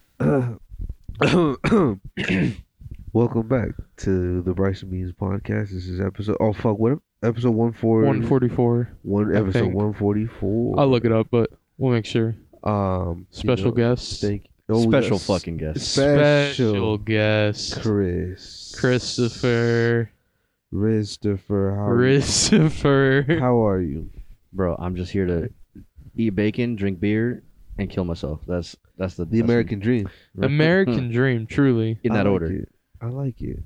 Welcome back to the Bryson Beans podcast. This is episode. Oh fuck! What episode one forty? One forty four. One I episode think. one forty four. I'll look it up, but we'll make sure. Um, you Special know, guests. Thank. oh, Special yes. fucking guest. Special Special guest. Chris. Christopher. Christopher. How, are you? Christopher. how are you? Bro, I'm just here to eat bacon, drink beer, and kill myself. That's that's the The that's American dream. Hmm. American dream, truly. in I that like order. it. I like it.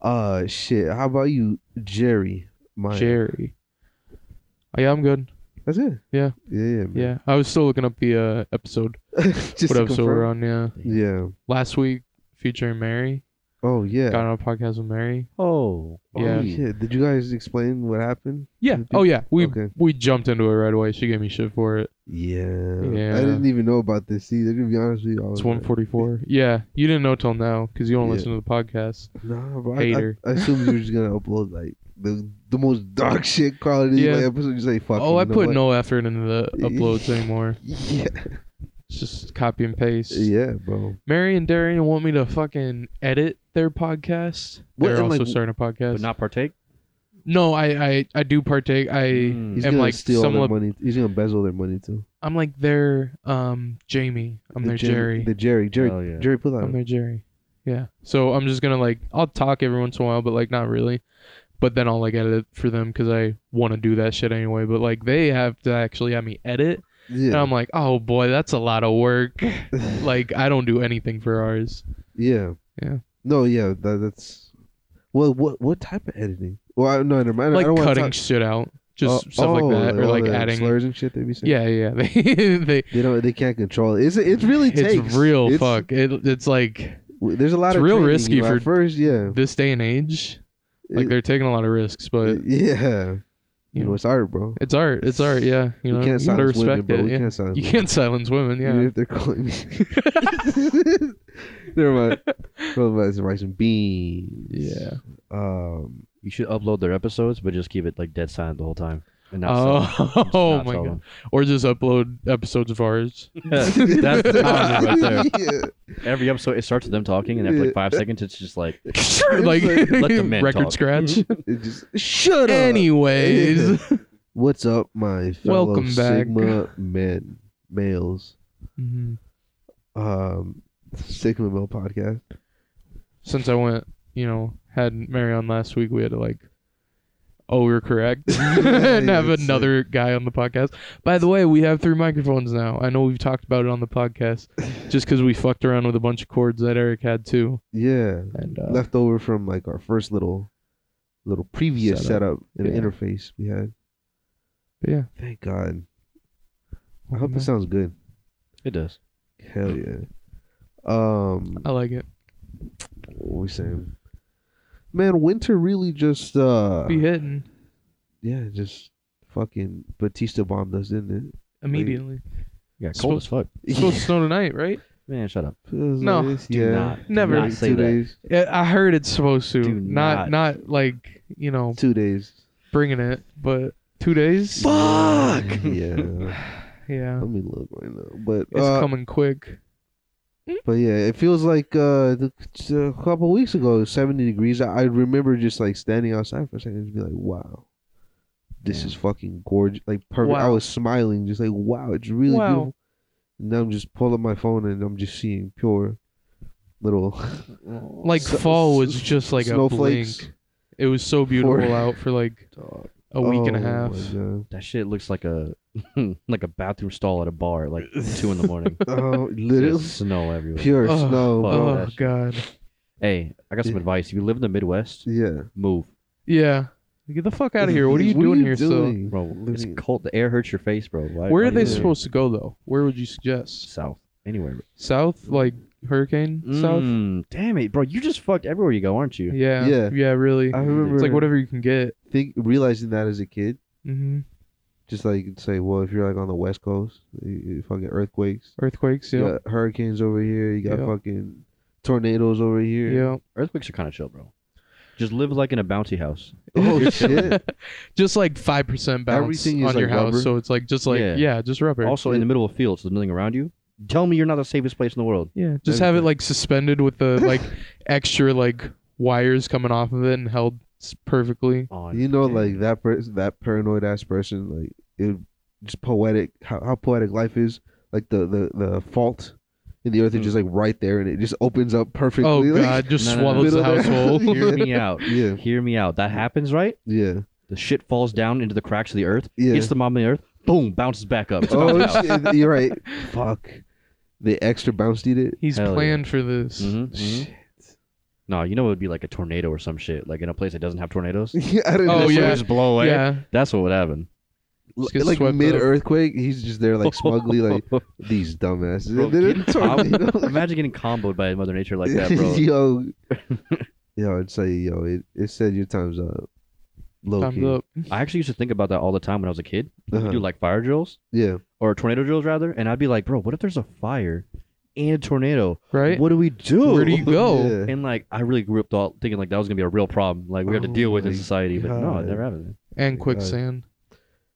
Uh, shit. How about you, Jerry? My Jerry. Oh, yeah, I'm good. That's it. Yeah. Yeah. Yeah. man. Yeah. I was still looking up the uh, episode. Just what to episode we're confirm. on, yeah. Yeah. Last week featuring Mary. Oh yeah. Got on a podcast with Mary. Oh, Yeah. Oh, shit. Did you guys explain what happened? Yeah. Mhm. Oh yeah. We Okay. we jumped into it right away. She gave me shit for it. Yeah. Yeah. I didn't even know about this either. To be honest with you, I was It's like, 144. Yeah. You didn't know till now because you don't Yeah. listen to the podcast. Nah, bro. I- Hater. I, I, assumed you were just gonna upload like the the most dark shit quality Yeah. like, episode. You say fuck. oh, you I know put what? no effort into the uploads anymore. Yeah. It's just copy and paste. Yeah, bro. Mary and Darian want me to fucking edit their podcast. What, They're and, also like, starting a podcast. but not partake. no, I, I I do partake. I Mm. He's am gonna like steal all some their of- money. He's gonna embezzle their money too. I'm like their um Jamie. I'm the their Jer- Jerry. The Jerry. Jerry. Oh, yeah. Jerry, pull out. I'm their Jerry. Yeah. So I'm just gonna like I'll talk every once in a while, but like not really. But then I'll like edit for them because I want to do that shit anyway. But like they have to actually have me edit, and yeah. I'm like, oh boy, that's a lot of work. like I don't do anything for ours. yeah. Yeah. No. Yeah. That, that's. Well, what what type of editing? Well, I, no, never mind. I like don't wanna cutting talk- shit out, just Oh, stuff oh, like that, or all like the adding. slurs and shit. They be saying. Yeah, yeah. They they. They don't. They can't control it. It's it really takes. It's real it's- fuck. It, it's like w- There's a lot It's of real training, risky you know, at for- first. Yeah. this day and age, like It- they're taking a lot of risks, but yeah. You you know, know, it's art, bro. it's art. It's art. Yeah, You, you know, can't you gotta silence women, respect bro. it. We yeah. can't silence You women. can't silence women. Even Yeah. if they're calling me. Never mind. Never mind. It's rice and beans. Yeah. Um. You should upload their episodes, but just keep it like dead silent the whole time. And not sell Oh, them. Just oh not my sell god. Or just upload episodes of ours. them. That's the comedy right there. Yeah. Every episode, it starts with them talking, and after like five seconds, it's just like, like Let the men record talk. scratch. It just shut up. Anyways, What's up, my fellow Welcome back. Sigma men, males? Mhm. Um, Sigma male podcast. since I went, you know, had Mary on last week, we had to like, oh, we were correct, and yeah, have that's it. another guy on the podcast. By the way, we have three microphones now. I know we've talked about it on the podcast, just because we fucked around with a bunch of cords that Eric had too, Yeah. and uh, left over from like our first little little previous setup, Setup. and Yeah. interface we had. but yeah. Thank God. I hope it sounds good. it does. Hell yeah. Um I like it. what we saying? Man, winter really just uh Be hitting yeah, just fucking Batista bombed us, didn't immediately. Yeah, cold as fuck. it? It's supposed to snow tonight, right? Man, shut up. It was No, like this, do yeah. not- do Never. not Two say that. days. Yeah, I heard it's supposed to. Do Not, not like you know Two days. bringing it, but two days. Fuck. yeah. Yeah, Let me look right now. But it's uh, coming quick. But yeah, it feels like uh, the, a couple weeks ago, it was 70 degrees. I, I remember just like standing outside for a second and just be like, wow, this is fucking gorgeous. Like, perfect. I Wow. was smiling, just like, wow, it's really Wow. beautiful. And now I'm just pulling up my phone and I'm just seeing pure little like So- fall was just like a snowflakes. blink. It was so beautiful For- out for like Dog. a week and a Oh half. my That shit looks like a like a bathroom stall at a bar, at, like two in the morning. God. Oh, There's literally snow everywhere. pure Oh, snow, fuck. bro. Oh that shit. god. Hey, I got some Yeah. advice. If you live in the Midwest, Yeah. move, Yeah. Get the fuck out of here. What are you doing here still? doing? bro. It's Living- cold. The air hurts your face, bro. Why, Where why are they you live supposed to go though? Where would you suggest? South, anywhere. bro. South? Like hurricane south? Mm, damn it, bro. You just fucked everywhere you go, aren't you? Yeah. Yeah. Yeah, really. I remember It's like whatever you can get. think, realizing that as a kid. hmm just like say, well, if you're like on the West Coast, you, you fucking earthquakes, Earthquakes, you yeah. got hurricanes over here, you got Yep. fucking tornadoes over here. Yeah. Earthquakes are kind of chill, bro. Just live like in a bouncy house. Oh shit! just like five percent bounce Everything is on your like house, rubber. so it's like just like Yeah. yeah, just rubber. Also, in the middle of fields, there's nothing around you. Tell me you're not the safest place in the world. Yeah, just have it Everything. like suspended with the like extra like wires coming off of it and held s- perfectly. On You know, Yeah. like that person, that paranoid ass person, like it just poetic how, how poetic life is. Like the the the fault in the earth is just like right there, and it just opens up perfectly. Mm. Oh like- God, just No, no, no. swallows the Middle there. household. Hear me out. yeah, Hear me out. That happens, right? yeah, The shit falls down into the cracks of the earth, yeah. hits the bottom of the earth, boom, bounces back up. It's oh gone now. shit, you're right. Fuck, they extra bounced it. He's Hell yeah. planned for this. Mhm, mhm. Shit. No, you know it would be like a tornado or some shit, like in a place that doesn't have tornadoes. I don't know. Oh, Shit would yeah. just blow away. Yeah, That's what would happen. L- gets like swept up. mid earthquake, he's just there like smugly, like these dumbasses. Bro, They get didn't com- tornado. Imagine getting comboed by Mother Nature like that, bro. yo, yo, it's like yo, it, it said your time's up. Low time's key. up. I actually used to think about that all the time when I was a kid. Uh-huh. We do like fire drills Yeah, or tornado drills rather, and I'd be like, bro, what if there's a fire and a tornado? Right? What do we do? Where do you go? Yeah. And like, I really grew up thought, thinking like that was gonna be a real problem, like we have to Oh deal with in my society. But no, it God. never happened. And quicksand.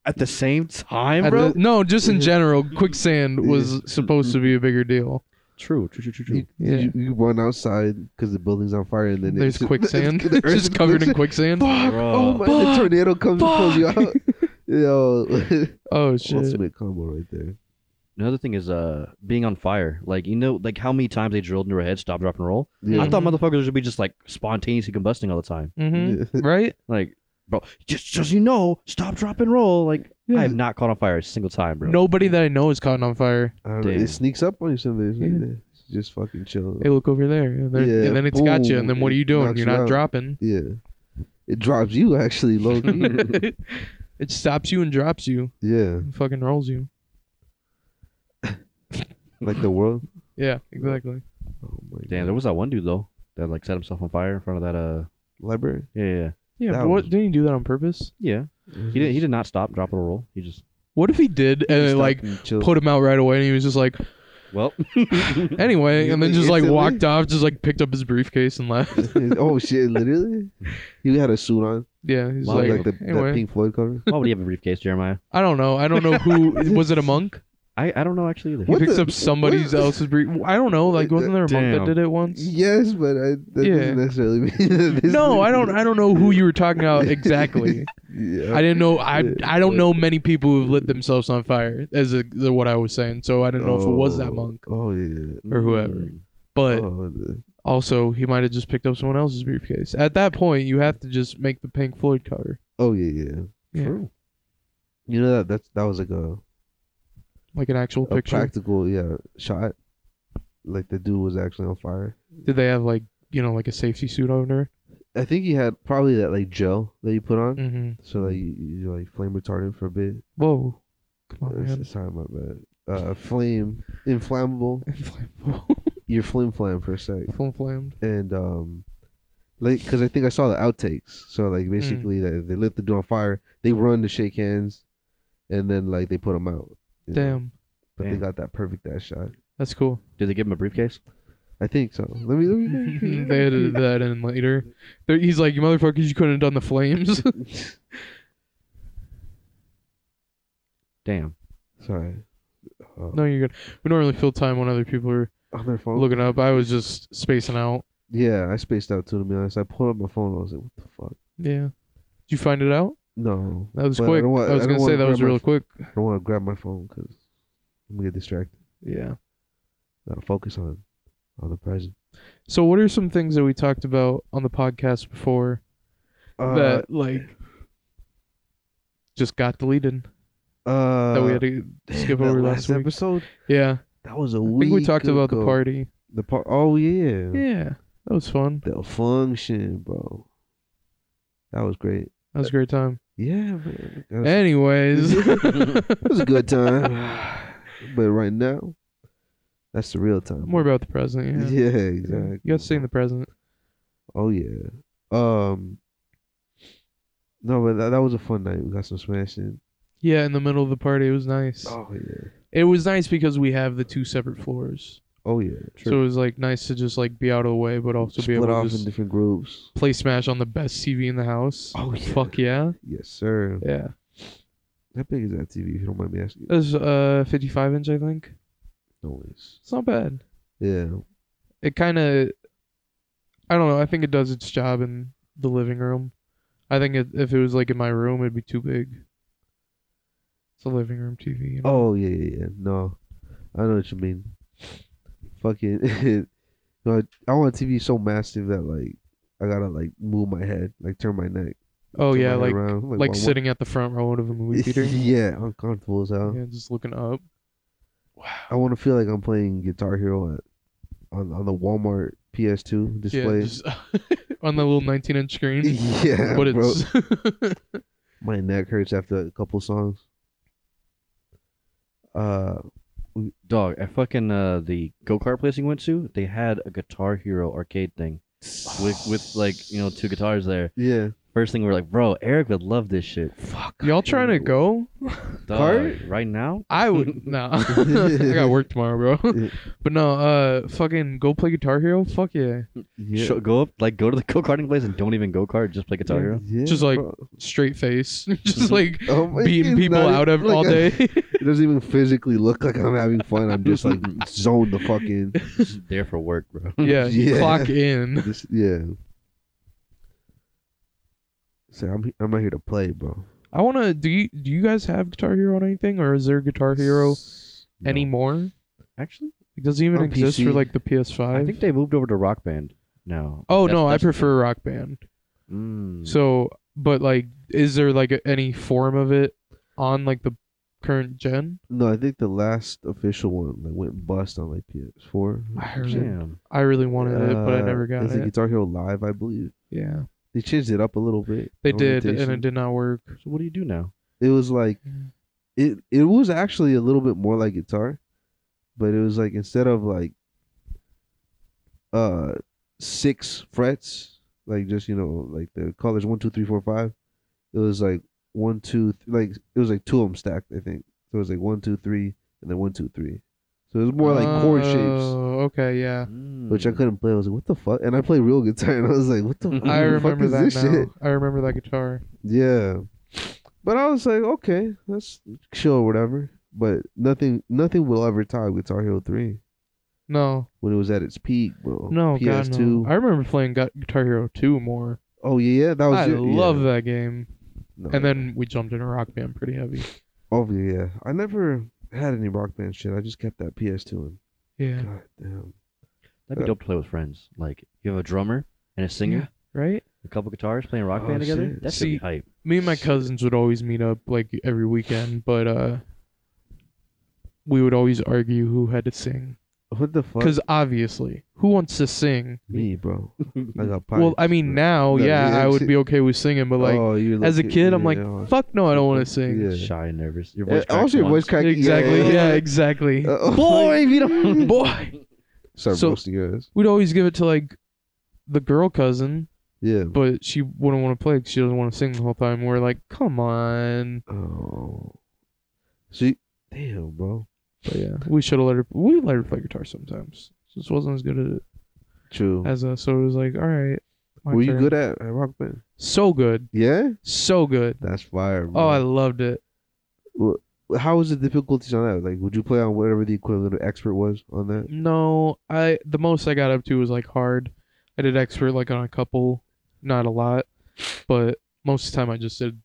At the same time, At bro. the- no, just in general, quicksand was supposed to be a bigger deal. True, true, true, true, true. You, Yeah. you, you run outside because the building's on fire, and then it There's just- quicksand. the It's earth just covered in explodes. quicksand. Fuck! Bro. Oh my! The Fuck! tornado comes and pulls you out. Yo, Oh shit. ultimate combo right there. Another thing is uh being on fire. Like you know, like how many times they drilled into her head, stop, drop, and roll. Yeah. I thought Mm-hmm. motherfuckers would be just like spontaneously combusting all the time. hmm Right? Like, bro, just just so you know, stop, drop, and roll. Like I have not caught on fire a single time, bro. Nobody that I know is caught on fire. I don't know, Damn. it sneaks up on you sometimes. Yeah. Yeah. Just fucking chill. Hey, look over there. And, there- Yeah, and then it's got you. And then boom, what are you doing? knocks You're you not out. dropping. Yeah, it drops you actually low key. it stops you and drops you. yeah, And fucking rolls you. like the world. Yeah, exactly. Oh my Damn, God. there was that one dude though that like set himself on fire in front of that. Uh, library. yeah, yeah, Yeah, That but what was- didn't he do that on purpose? yeah. He did. He did not stop, drop, or roll. He just What if he did and it, Stop like and chill. put him out right away and he was just like well. anyway and then just like Instantly. walked off, just like picked up his briefcase and left. oh shit! Literally, he had a suit on, Yeah, he's Wow, like, like the, anyway. that Pink Floyd cover. Why would he have a briefcase, Jeremiah? I don't know. I don't know who was it a monk? I, I don't know actually either. He What picks the- up somebody what- else's brief. I don't know. Like wasn't there a monk Damn. that did it once? Yes, but I, that Yeah. doesn't necessarily mean that this No, I don't. I don't know who you were talking about exactly. Yeah. I didn't know. I Yeah. I don't know many people who've lit themselves on fire, as a, the- what I was saying. So I didn't know if it was that Oh, monk, Oh yeah. or whoever. but Oh, the- also he might have just picked up someone else's briefcase. At that point, you have to just make the Pink Floyd cover, oh yeah, yeah. Yeah. True. You know that that's that was like a, like an actual a picture. practical yeah shot. Like the dude was actually on fire. Did they have like you know like a safety suit on her? I think he had probably that like gel that you put on, Mm-hmm. so like you, you like flame retardant for a bit. Whoa, come on, Uh, man. Sorry, my bad. Uh, flame inflammable. Inflammable. You're flim flam for a sec. Full flamed. and um like because i think i saw the outtakes so Hmm. like basically that they lit the dude on fire they run to shake hands and then like they put him out you know? Damn, but they Damn. got that perfect ass shot that's cool. Did they give him a briefcase? i think so let me let me they added that in later. They're, he's like, you motherfuckers, you couldn't have done the flames. Damn. sorry uh, no, you're good. We don't really fill time when other people are on their phone looking up. I was just spacing out. yeah i spaced out too to be honest i pulled up my phone i was like what the fuck Yeah. Did you find it out? no That was But I quick. I, don't want- was I don't gonna say wanna that was grab my real f- quick. i don't want to grab my phone because i'm gonna get distracted Yeah. gotta focus on on the present So what are some things that we talked about on the podcast before uh, that like just got deleted uh that we had to skip that over last last week? episode Yeah. that was a I think we talked about the ago. party. The part. Oh yeah. Yeah. That was fun. The function, bro. That was great. That was a great time. Yeah, man. That was, Anyways. that was a good time. but right now, that's the real time. More about the present, yeah. Yeah, exactly. You got to stay in the present. Oh yeah. Um. No, but that, that was a fun night. We got some smashing. Yeah, in the middle of the party, it was nice. Oh yeah. It was nice because we have the two separate floors. Oh yeah. So it was like nice to just like be out of the way, but also be Split able off to just in different groups. play Smash on the best TV in the house. Oh yeah. Fuck yeah, Yes, sir. yeah. How big is that TV? If you don't mind me asking. It was uh 55 inch, I think. noise. It's not bad. Yeah. It kind of, I don't know. I think it does its job in the living room. I think it, if it was like in my room, it'd be too big. It's a living room TV. You know? Oh yeah, yeah, yeah. No, I know what you mean. Fucking, no, I, I want a TV so massive that like I gotta like move my head, like turn my neck. Oh, turn my yeah, head like- around. I'm like "Why- why-" sitting at the front row of a movie theater. yeah, uncomfortable as hell. yeah, just looking up. I want to feel like I'm playing Guitar Hero at, on on the Walmart PS2 display. Yeah, just on the little 19 inch screen. Yeah, but bro. it's my neck hurts after a couple songs. Uh, Dog, at fucking uh, the go kart place you went to, they had a Guitar Hero arcade thing with with like you know two guitars there. yeah, First thing we are like, bro, Eric would love this shit. fuck. y'all trying to go. Dog, Kart? right now? I would no. I got work tomorrow, Yeah. bro. but no, uh, fucking go play Guitar Hero. Fuck yeah, Yeah. Sho- go up, like go to the go karting place and don't even go kart, just play Guitar Hero. Yeah, Just like- bro. straight face, just like Oh my- beating it's people not out even of all like a- day. It doesn't even physically look like I'm having fun. I'm just like zoned the fucking. Just there for work, bro. yeah, Yeah. clock in. This, yeah. So I'm I'm not here to play, bro. I wanna. Do you do you guys have Guitar Hero on anything, or is there Guitar Hero No. anymore? Actually, It doesn't even On exist PC. for like the PS5. I think they moved over to Rock Band now. oh That's- no, I that's- prefer Rock Band. Mm. So, but like, is there like a, any form of it on like the current gen? No, I think the last official one like went bust on like PS4. I heard it. Damn. I really wanted it, but I Uh, never got it's it. It's Guitar Hero Live, I believe. yeah, They changed it up a little bit. they the did, and orientation. it did not work. So what do you do now? It was like, it it was actually a little bit more like guitar, but it was like instead of like, uh, six frets, like just you know like the colors one two three four five, it was like one two th- like it was like two of them stacked I think. So it was like one two three and then one two three, so it was more like chord Oh, shapes. Okay, yeah. Mm. Which I couldn't play. I was like, "What the fuck?" And I play real guitar, and I was like, "What the? I fuck I remember is that this now. shit?" I remember that guitar. Yeah. But I was like, okay, that's chill or whatever. But nothing nothing will ever top Guitar Hero 3 No, when it was at its peak, bro. no, God, PS2. no. I remember playing Gu- Guitar Hero 2 more. Oh yeah, yeah, that was I your- love yeah. that game. No. And then we jumped into Rock Band pretty heavy. Oh yeah. I never had any rock band shit. I just kept that PS2 and Yeah, god damn. That'd be Uh, dope to play with friends. Like you have a drummer and a singer, Yeah. right? a couple guitars playing rock Oh, band together. shit. That should be See- hype. Me and my cousins would always meet up like every weekend, but uh, we would always argue who had to sing. What the fuck? Because obviously, who wants to sing? me, bro. I got Well, I mean, now, No, yeah, yeah, I would shit. be okay with singing, but Oh, like, as a kid, I'm like, fuck no, I don't want to sing. Yeah. Shy and nervous. Your Yeah, voice. cracks Uh, also your voice once. crack. Exactly. Yeah, exactly. Uh, oh, boy, like- if you don't, boy. Start So- roasting your ass. We'd always give it to like the girl cousin, Yeah. but she wouldn't want to play 'cause she doesn't want to sing the whole time. We're like, come on. Oh. See, damn, bro. But yeah, we should have let her. We let her play guitar sometimes. Just wasn't as good at it True. as us. So it was like, all right. my Were you turn. good at, at Rock Band? So good, Yeah, so good. that's fire. Oh, I Bro. loved it. Oh, how was the difficulties on that? Like, would you play on whatever the equivalent of expert was on that? No, I the most I got up to was like hard. I did expert like on a couple, not a lot, but most of the time I just did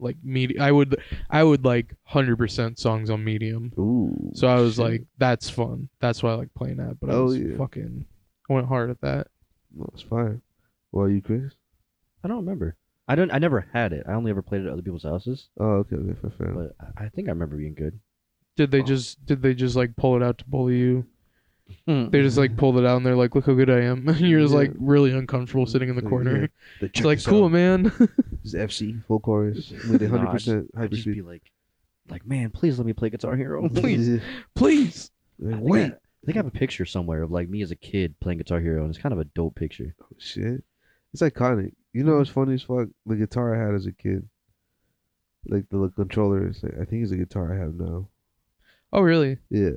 like medium. I would I would like hundred percent songs on medium. Ooh. So I was shit. like, that's fun. That's why I like playing that. But I Oh, was yeah. fucking I went hard at that. that's fire. What are you, Chris? I don't remember. I don't. I never had it. I only ever played it at other people's houses. Oh, okay, okay, fair, fair. But I- I think I remember being good. Did they Oh. just did they just like pull it out to bully you? Hmm. They just like pulled it out and they're like, look how good I am. And you're just Yeah. like really uncomfortable sitting in the Like, corner. yeah. The It's like cool, man. It's FC full chorus with Nah, hundred I'd just- percent I'd hyper just be speed. like, like man, please let me play Guitar Hero. Please. Like, Please. I think I- wait, I think I have a picture somewhere of like me as a kid playing Guitar Hero, and it's kind of a dope picture. Oh, shit. It's iconic. You know Mm-hmm. what's funny as fuck? The guitar I had as a kid. Like the, the controller, it's like, I think it's a guitar I have now. Oh really? Yeah.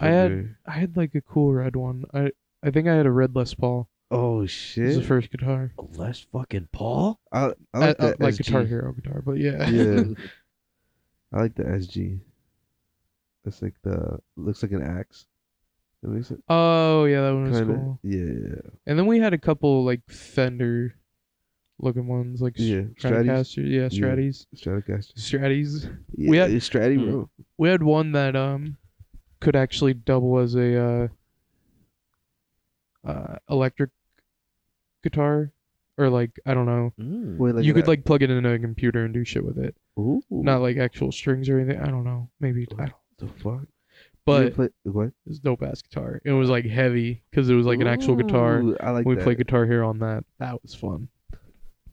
I had- Fender. I had like a cool red one. I I think I had a red Les Paul. Oh It was shit! the first guitar. Les fucking Paul. I, I I like like, that SG. like Uh, Guitar Hero guitar, but yeah. Yeah, I like the SG. It's like the looks like an axe. That makes it Oh yeah, that one was kind of cool. yeah, yeah, And then we had a couple like Fender looking ones, like yeah. Stratis, Stratocaster, yeah, Stratis, Stratocaster. Stratis. Yeah, We had- Mm. it's Strati, Hmm. bro. We had one that um could actually double as a uh, uh electric guitar, or like I don't know. Mm. Wait, you could that- like plug it into a computer and do shit with it, Ooh, not like actual strings or anything. I don't know, maybe. I don't, the fuck. You but play, what? it was dope ass guitar. It was like heavy because it was like an actual guitar. Ooh, I like we that. played Guitar Hero on that. That was fun.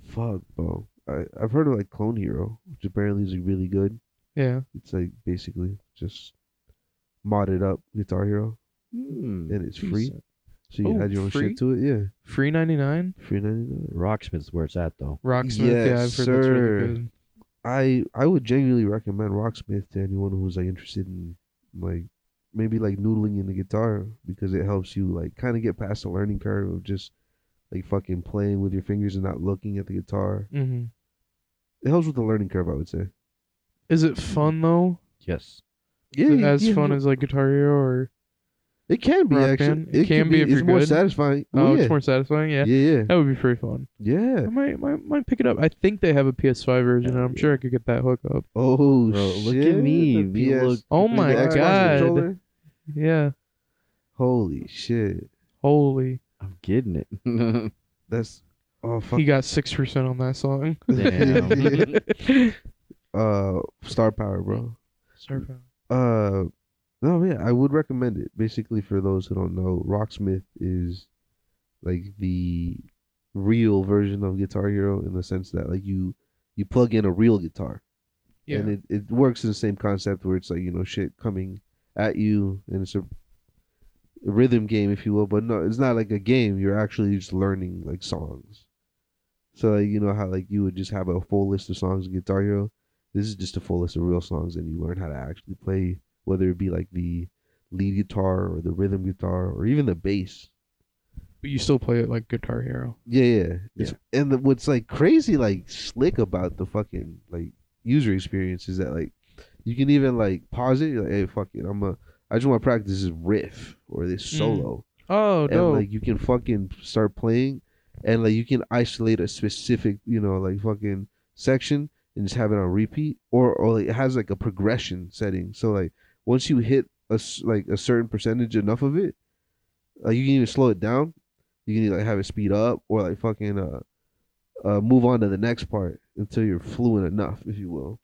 Fuck, bro. I I've heard of like Clone Hero, which apparently is really good. Yeah. It's like basically just modded up Guitar Hero, Mm. and it's free. Decent. So you Oh, add your own free? shit to it. Yeah, Free 99? free ninety nine. Rocksmith's where it's at though. Rocksmith. yeah, I've heard Yes, that's sir. really good. I I would genuinely recommend Rocksmith to anyone who's like interested in like maybe like noodling in the guitar because it helps you like kind of get past the learning curve of just like fucking playing with your fingers and not looking at the guitar. hmm It helps with the learning curve, I would say. Is it fun though? Yes. Yeah, Is it yeah, as yeah, fun yeah. as like Guitar Hero or it can be Rock actually. Band? It can be if it's you're more good. satisfying. Oh, Oh, yeah. it's more satisfying, yeah. yeah, yeah, That would be pretty fun. yeah. I might, might might pick it up. I think they have a PS5 version. Hell and I'm yeah. sure I could get that hook up. Oh Bro, look shit, at me. the We PS look- Oh the my Xbox God. controller? Yeah. Holy shit! Holy. I'm getting it. That's oh fuck. He got 6% on that song. Damn. uh, star power, bro. Starfire. uh no yeah i would recommend it basically for those who don't know rocksmith is like the real version of guitar hero in the sense that like you you plug in a real guitar Yeah. and it, it works in the same concept where it's like you know shit coming at you and it's a rhythm game if you will but no it's not like a game you're actually just learning like songs so like, you know how like you would just have a full list of songs in guitar hero this is just a full list of real songs and you learn how to actually play whether it be like the lead guitar or the rhythm guitar or even the bass but you still play it like Guitar Hero. yeah, yeah. It's, And the, what's like crazy, like slick about the fucking like user experience is that like you can even like pause it. You're like, hey, fuck it, I'm a. I just want to practice this riff or this Mm. solo, Oh, and dope. like you can fucking start playing, and like you can isolate a specific, you know, like fucking section and just have it on repeat, or or like, it has like a progression setting. So like once you hit a s- like a certain percentage enough of it, like you can even slow it down. You can either, like have it speed up or like fucking uh, uh move on to the next part until you're fluent enough, if you will.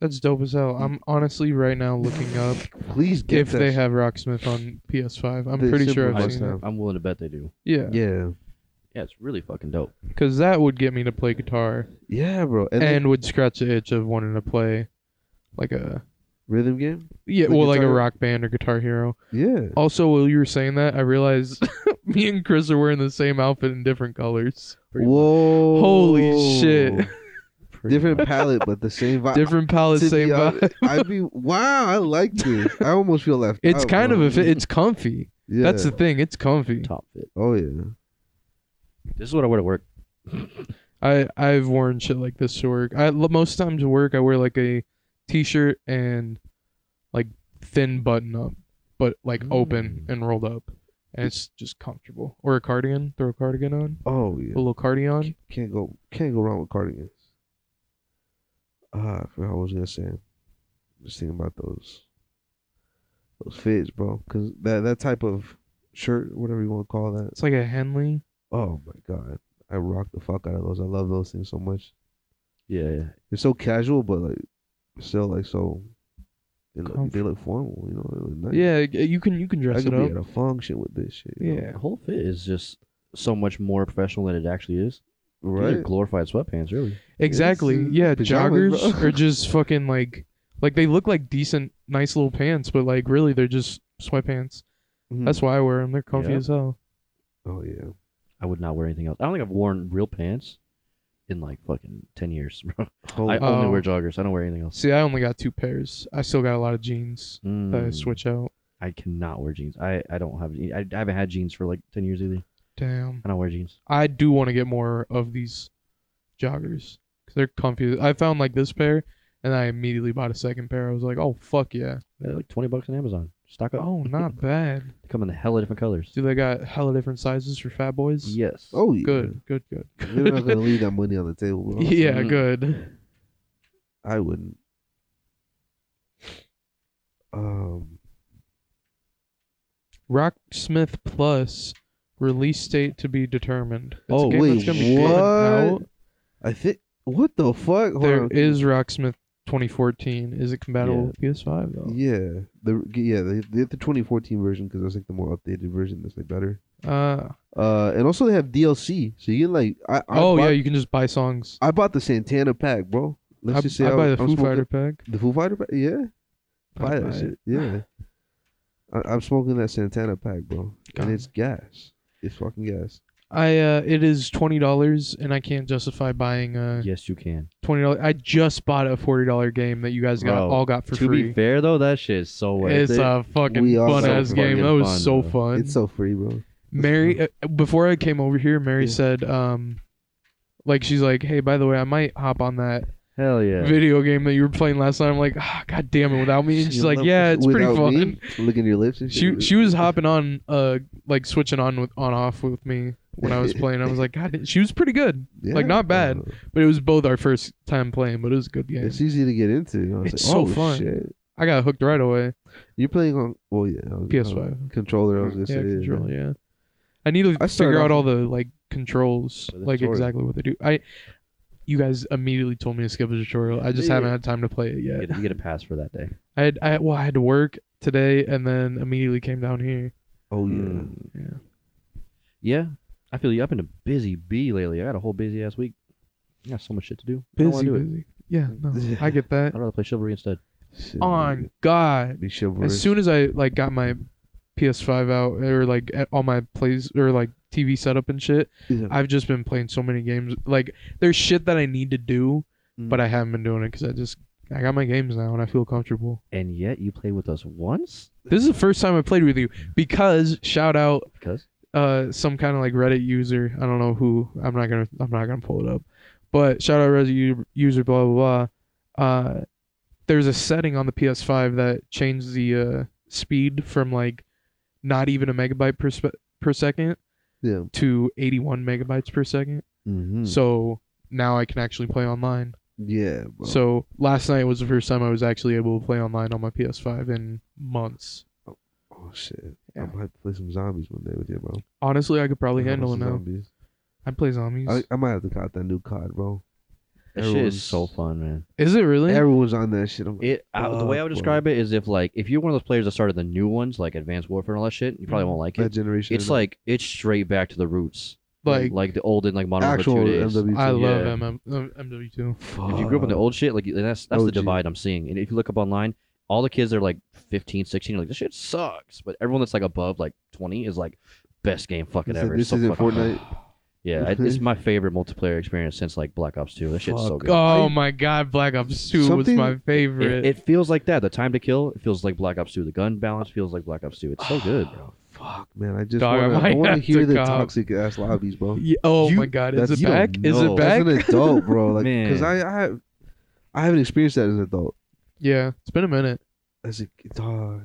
That's dope as hell. I'm honestly right now looking up Please get if that they sh- have Rocksmith on PS5. I'm They pretty simply sure I've must seen it. have. I'm willing to bet they do. Yeah. yeah, Yeah, it's really fucking dope. Because that would get me to play guitar yeah, bro, and, and, then would scratch the itch of wanting to play like a rhythm game, yeah, Like well, like a Guitar- rock band or Guitar Hero. yeah. Also, while you were saying that, I realized me and Chris are wearing the same outfit in different colors. Whoa, Holy shit. Pretty Different much. palette, but the same vibe. Different palette, Uh, To be same honest, vibe. I'd be wow. I like this. I almost feel left. It's out, kind of bro. a fit. It's comfy. oh, Yeah. That's the thing. It's comfy. top fit. oh yeah. This is what I wear to work. I I've worn shit like this to work. I l- most times to work I wear like a t-shirt and like thin button up, but like open Mm. and rolled up, and it's just comfortable. Or a cardigan. Throw a cardigan on. Oh A yeah. little cardigan. Can't go. Can't go wrong with cardigans. Ah, I forgot what I was gonna say. Just thinking about those. Those fits, bro. Cause that that type of shirt, whatever you want to call that. It's like a Henley. Oh my god, I rock the fuck out of those. I love those things so much. Yeah, yeah. They're so casual, but like still like so. They look, they Comfortable. look formal, you know. They look nice. Yeah, y- you can you can I dress could it be up. at a function with this shit. you know? Yeah. The whole fit is just so much more professional than it actually is. These are right. glorified sweatpants, really. Exactly. it's yeah, pajamas, joggers bro. are just fucking like like they look like decent, nice little pants, but like really they're just sweatpants. Mhm. That's why I wear them. They're comfy Yeah. as hell. oh yeah. I would not wear anything else. I don't think I've worn real pants in like fucking ten years, bro. I Holy, only Oh. wear joggers. I don't wear anything else. See, I only got two pairs. I still got a lot of jeans. that I Mm, switch out. I cannot wear jeans. I, I don't have. je- I, I haven't had jeans for like ten years either. Damn. I don't wear jeans. I do want to get more of these joggers because they're comfy. I found like this pair, and I immediately bought a second pair. I was like, oh fuck yeah, Yeah, like twenty bucks on Amazon. Stock up. Oh, not bad. They come in hella different colors. Do they got hella different sizes for fat boys? Yes. Oh, yeah. Good, good, good. You're not gonna leave that money on the table, bro. yeah, Mhm. good. I wouldn't. Um, Rocksmith Plus release date to be determined. It's Oh, a game wait, that's gonna be coming what? Out. I think what the fuck? Hold There on. is Rocksmith 2014. Is it compatible with PS5 though? Yeah, the yeah they, they have the 2014 version because that's like the more updated version that's like better. Uh, Uh, and also they have DLC, so you can like I, I oh bought, yeah, you can just buy songs. I bought the Santana pack, bro. Let's I, just say I buy the I'm Foo smoking- Fighter pack. The Foo Fighter pack, yeah, I'd buy buy that it. shit, yeah. I, I'm smoking that Santana pack, bro, God. and it's gas. It's fucking gas. I uh, it is twenty dollars, and I can't justify buying a Yes, you can. twenty dollars. I just bought a forty dollar game that you guys got Bro, all got for to free. be fair though, that shit is so wet. it's uh, They- a fucking we are fun so ass game. fucking That was fun, so bro. fun. It's so free, bro. Mary, uh, before I came over here, Mary Uh-huh. Yeah. said, um, like she's like, hey, by the way, I might hop on that hell yeah. video game that you were playing last night. I'm like, ah, god damn it, without me. And she's like, yeah, it's pretty Without fun. me, Licking your lips and She shit. she was hopping on, uh, like switching on with on off with me when I was playing. I was like, god, she was pretty good, Yeah, like, not bad. bro. but it was both our first time playing, but it was a good game. It's easy to get into. I was It's like, so oh, fun. Shit. I got hooked right away. You're playing on well, yeah, I was- PS5. uh, controller. I was gonna Mm, yeah, say yeah. control, yeah. I need to I started figure out off all the like controls, With a like tutorial. exactly what they do. I, you guys immediately told me to skip a tutorial. I just Yeah. haven't had time to play it You yet. get, you get a pass for that day. I had, I well, I had to work today, and then immediately came down here. Oh yeah, Mm. Yeah. Yeah. I feel you. I've been a busy bee lately. I got a whole busy ass week. I got so much shit to do. I don't wanna Busy, do it. busy. Yeah, no, I get that. I'd rather play chivalry instead. Shit, On God, be chivalrous. as soon as I like got my PS5 out or like at- all my plays or like TV setup and shit, Yeah. I've just been playing so many games. Like there's shit that I need to do, Mm. but I haven't been doing it because I just I got my games now and I feel comfortable. And yet you play with us once? This is the first time I played with you because shout out Because uh some kind of like Reddit user. I don't know who. I'm not gonna I'm not gonna pull it up, but shout out Reddit u- user blah blah blah. Uh, there's a setting on the PS5 that changed the uh speed from like not even a megabyte per spe- per second yeah, to 81 megabytes per second. mm-hmm. So now I can actually play online. yeah, bro. So last night was the first time I was actually able to play online on my PS5 in months. oh shit, Yeah. I might have to play some zombies one day with you, bro. Honestly, I could probably I handle it some now. Zombies. I play zombies. I, I might have to cop that new COD, bro. that shit Everyone's- is so fun, man. Is it really? Everyone's on that shit. I'm like, It I, the way I would Fuck, describe it is if like if you're one of those players that started the new ones like Advanced Warfare and all Mm-hmm. that shit, you probably won't like that it. generation. It's like it's straight back to the roots, like like uh, the old and like modern Warfare actual 2 days. MW2. I love yeah. MM, um, MW2. If you grew up in the old shit, like that's that's the OG. divide I'm seeing. And if you look up online, all the kids that are like 15, 16, are like this shit sucks. But everyone that's like above like 20 is like best game fucking It's like, ever. It's this so isn't fucking fun. Fortnite. Yeah, it- it's my favorite multiplayer experience since like Black Ops 2. That shit's so Fuck. good. Oh I- my god, Black Ops 2 was Something- my It, favorite. it feels like that. The time to kill it feels like Black Ops 2. The gun balance feels like Black Ops 2. It's so good, bro. Fuck, man, I just Dog, I wanna, I might want to have hear to the cop. toxic ass lobbies, bro. Yeah, oh You- my god, is that's- it you don't back? Is know. it As back? an adult, bro, like because I, Man. I I haven't experienced that as an adult. yeah, it's been a minute. As a dog,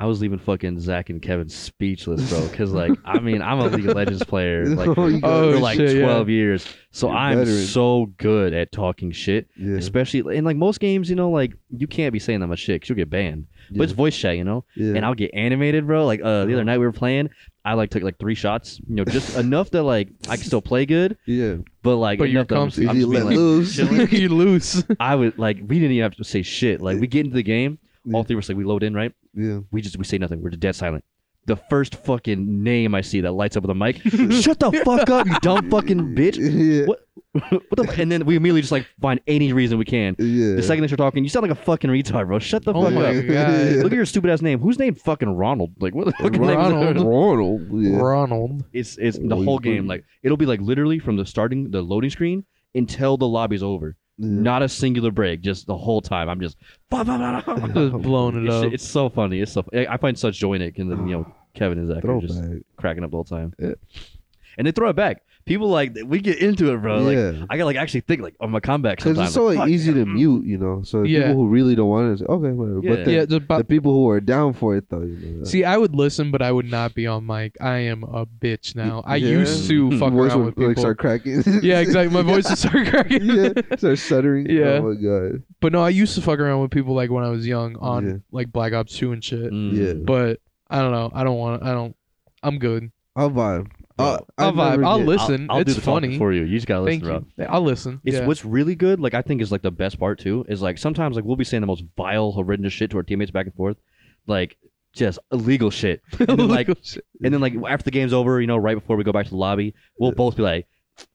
I was leaving fucking Zach and Kevin speechless, bro. Because like, I mean, I'm a League of Legends player. Like, Oh, you got Oh, for it. like shit, yeah. 12 years. So You're I'm veteran. so good at talking shit. yeah, especially in like most games, you know, like you can't be saying that much shit 'cause you'll get banned. But it's voice chat, you know, yeah. Uh-huh. and I'll get animated, bro. Like uh, the other night we were playing, I like took like three shots, you know, just enough that like I can still play good, yeah. but like But you're enough that I'm, comfy. I'm If you just being, let like, loose, chilling. you lose. I would like we didn't even have to say shit. Like we get into the game, all Yeah. three of us like we load in, right? yeah, We just we say nothing. We're just dead silent. The first fucking name I see that lights up with a mic, shut the fuck up, you dumb fucking bitch. yeah, What? what the? f- And then we immediately just like find any reason we can. yeah. The second that you're talking, you sound like a fucking retard, bro. Shut the Oh fuck my up. god. Look at your stupid ass name. Who's named fucking Ronald? Like what the fuck is Ronald. named? Ronald, yeah. Ronald. It's it's the whole game. Like it'll be like literally from the starting the loading screen until the lobby's over. yeah. Not a singular break. Just the whole time. I'm just. bah, bah, bah, bah, bah. Just blowing it It's, up. it's so funny. It's so. I I find such joy in it, and then you know Kevin is actually just Throwback. cracking up the whole time. Yeah. And they throw it back people like we get into it, bro. Like yeah, I gotta like actually think like on my comeback because sometimes. it's so like, fuck, easy to mm, mute, you know. So the Yeah. people who really don't want it, it's like, okay, whatever. But Yeah. the, yeah, just the about, people who are down for it, though, you know, see, I would listen, but I would not be on mic. I am a bitch now. I Yeah. used to Mhm. fuck voice around would with like people. start cracking. yeah, exactly. My voice is starting cracking. yeah, start stuttering. Yeah. Oh my god. But no, I used to fuck around with people like when I was young on Yeah. like Black Ops 2 and shit. mm. Yeah. But I don't know. I don't want. I don't. I'm good. I'll vibe. I'll, I'll never vibe. I'll get- listen. I'll, I'll it's do the talking funny. for you. You just gotta listen, Thank bro. you. I'll listen. It's yeah. what's really good. Like I think is like the best part too. Is like sometimes like we'll be saying the most vile, horrendous shit to our teammates back and forth, like just illegal shit. And then, like, and then like after the game's over, you know, right before we go back to the lobby, we'll both be like,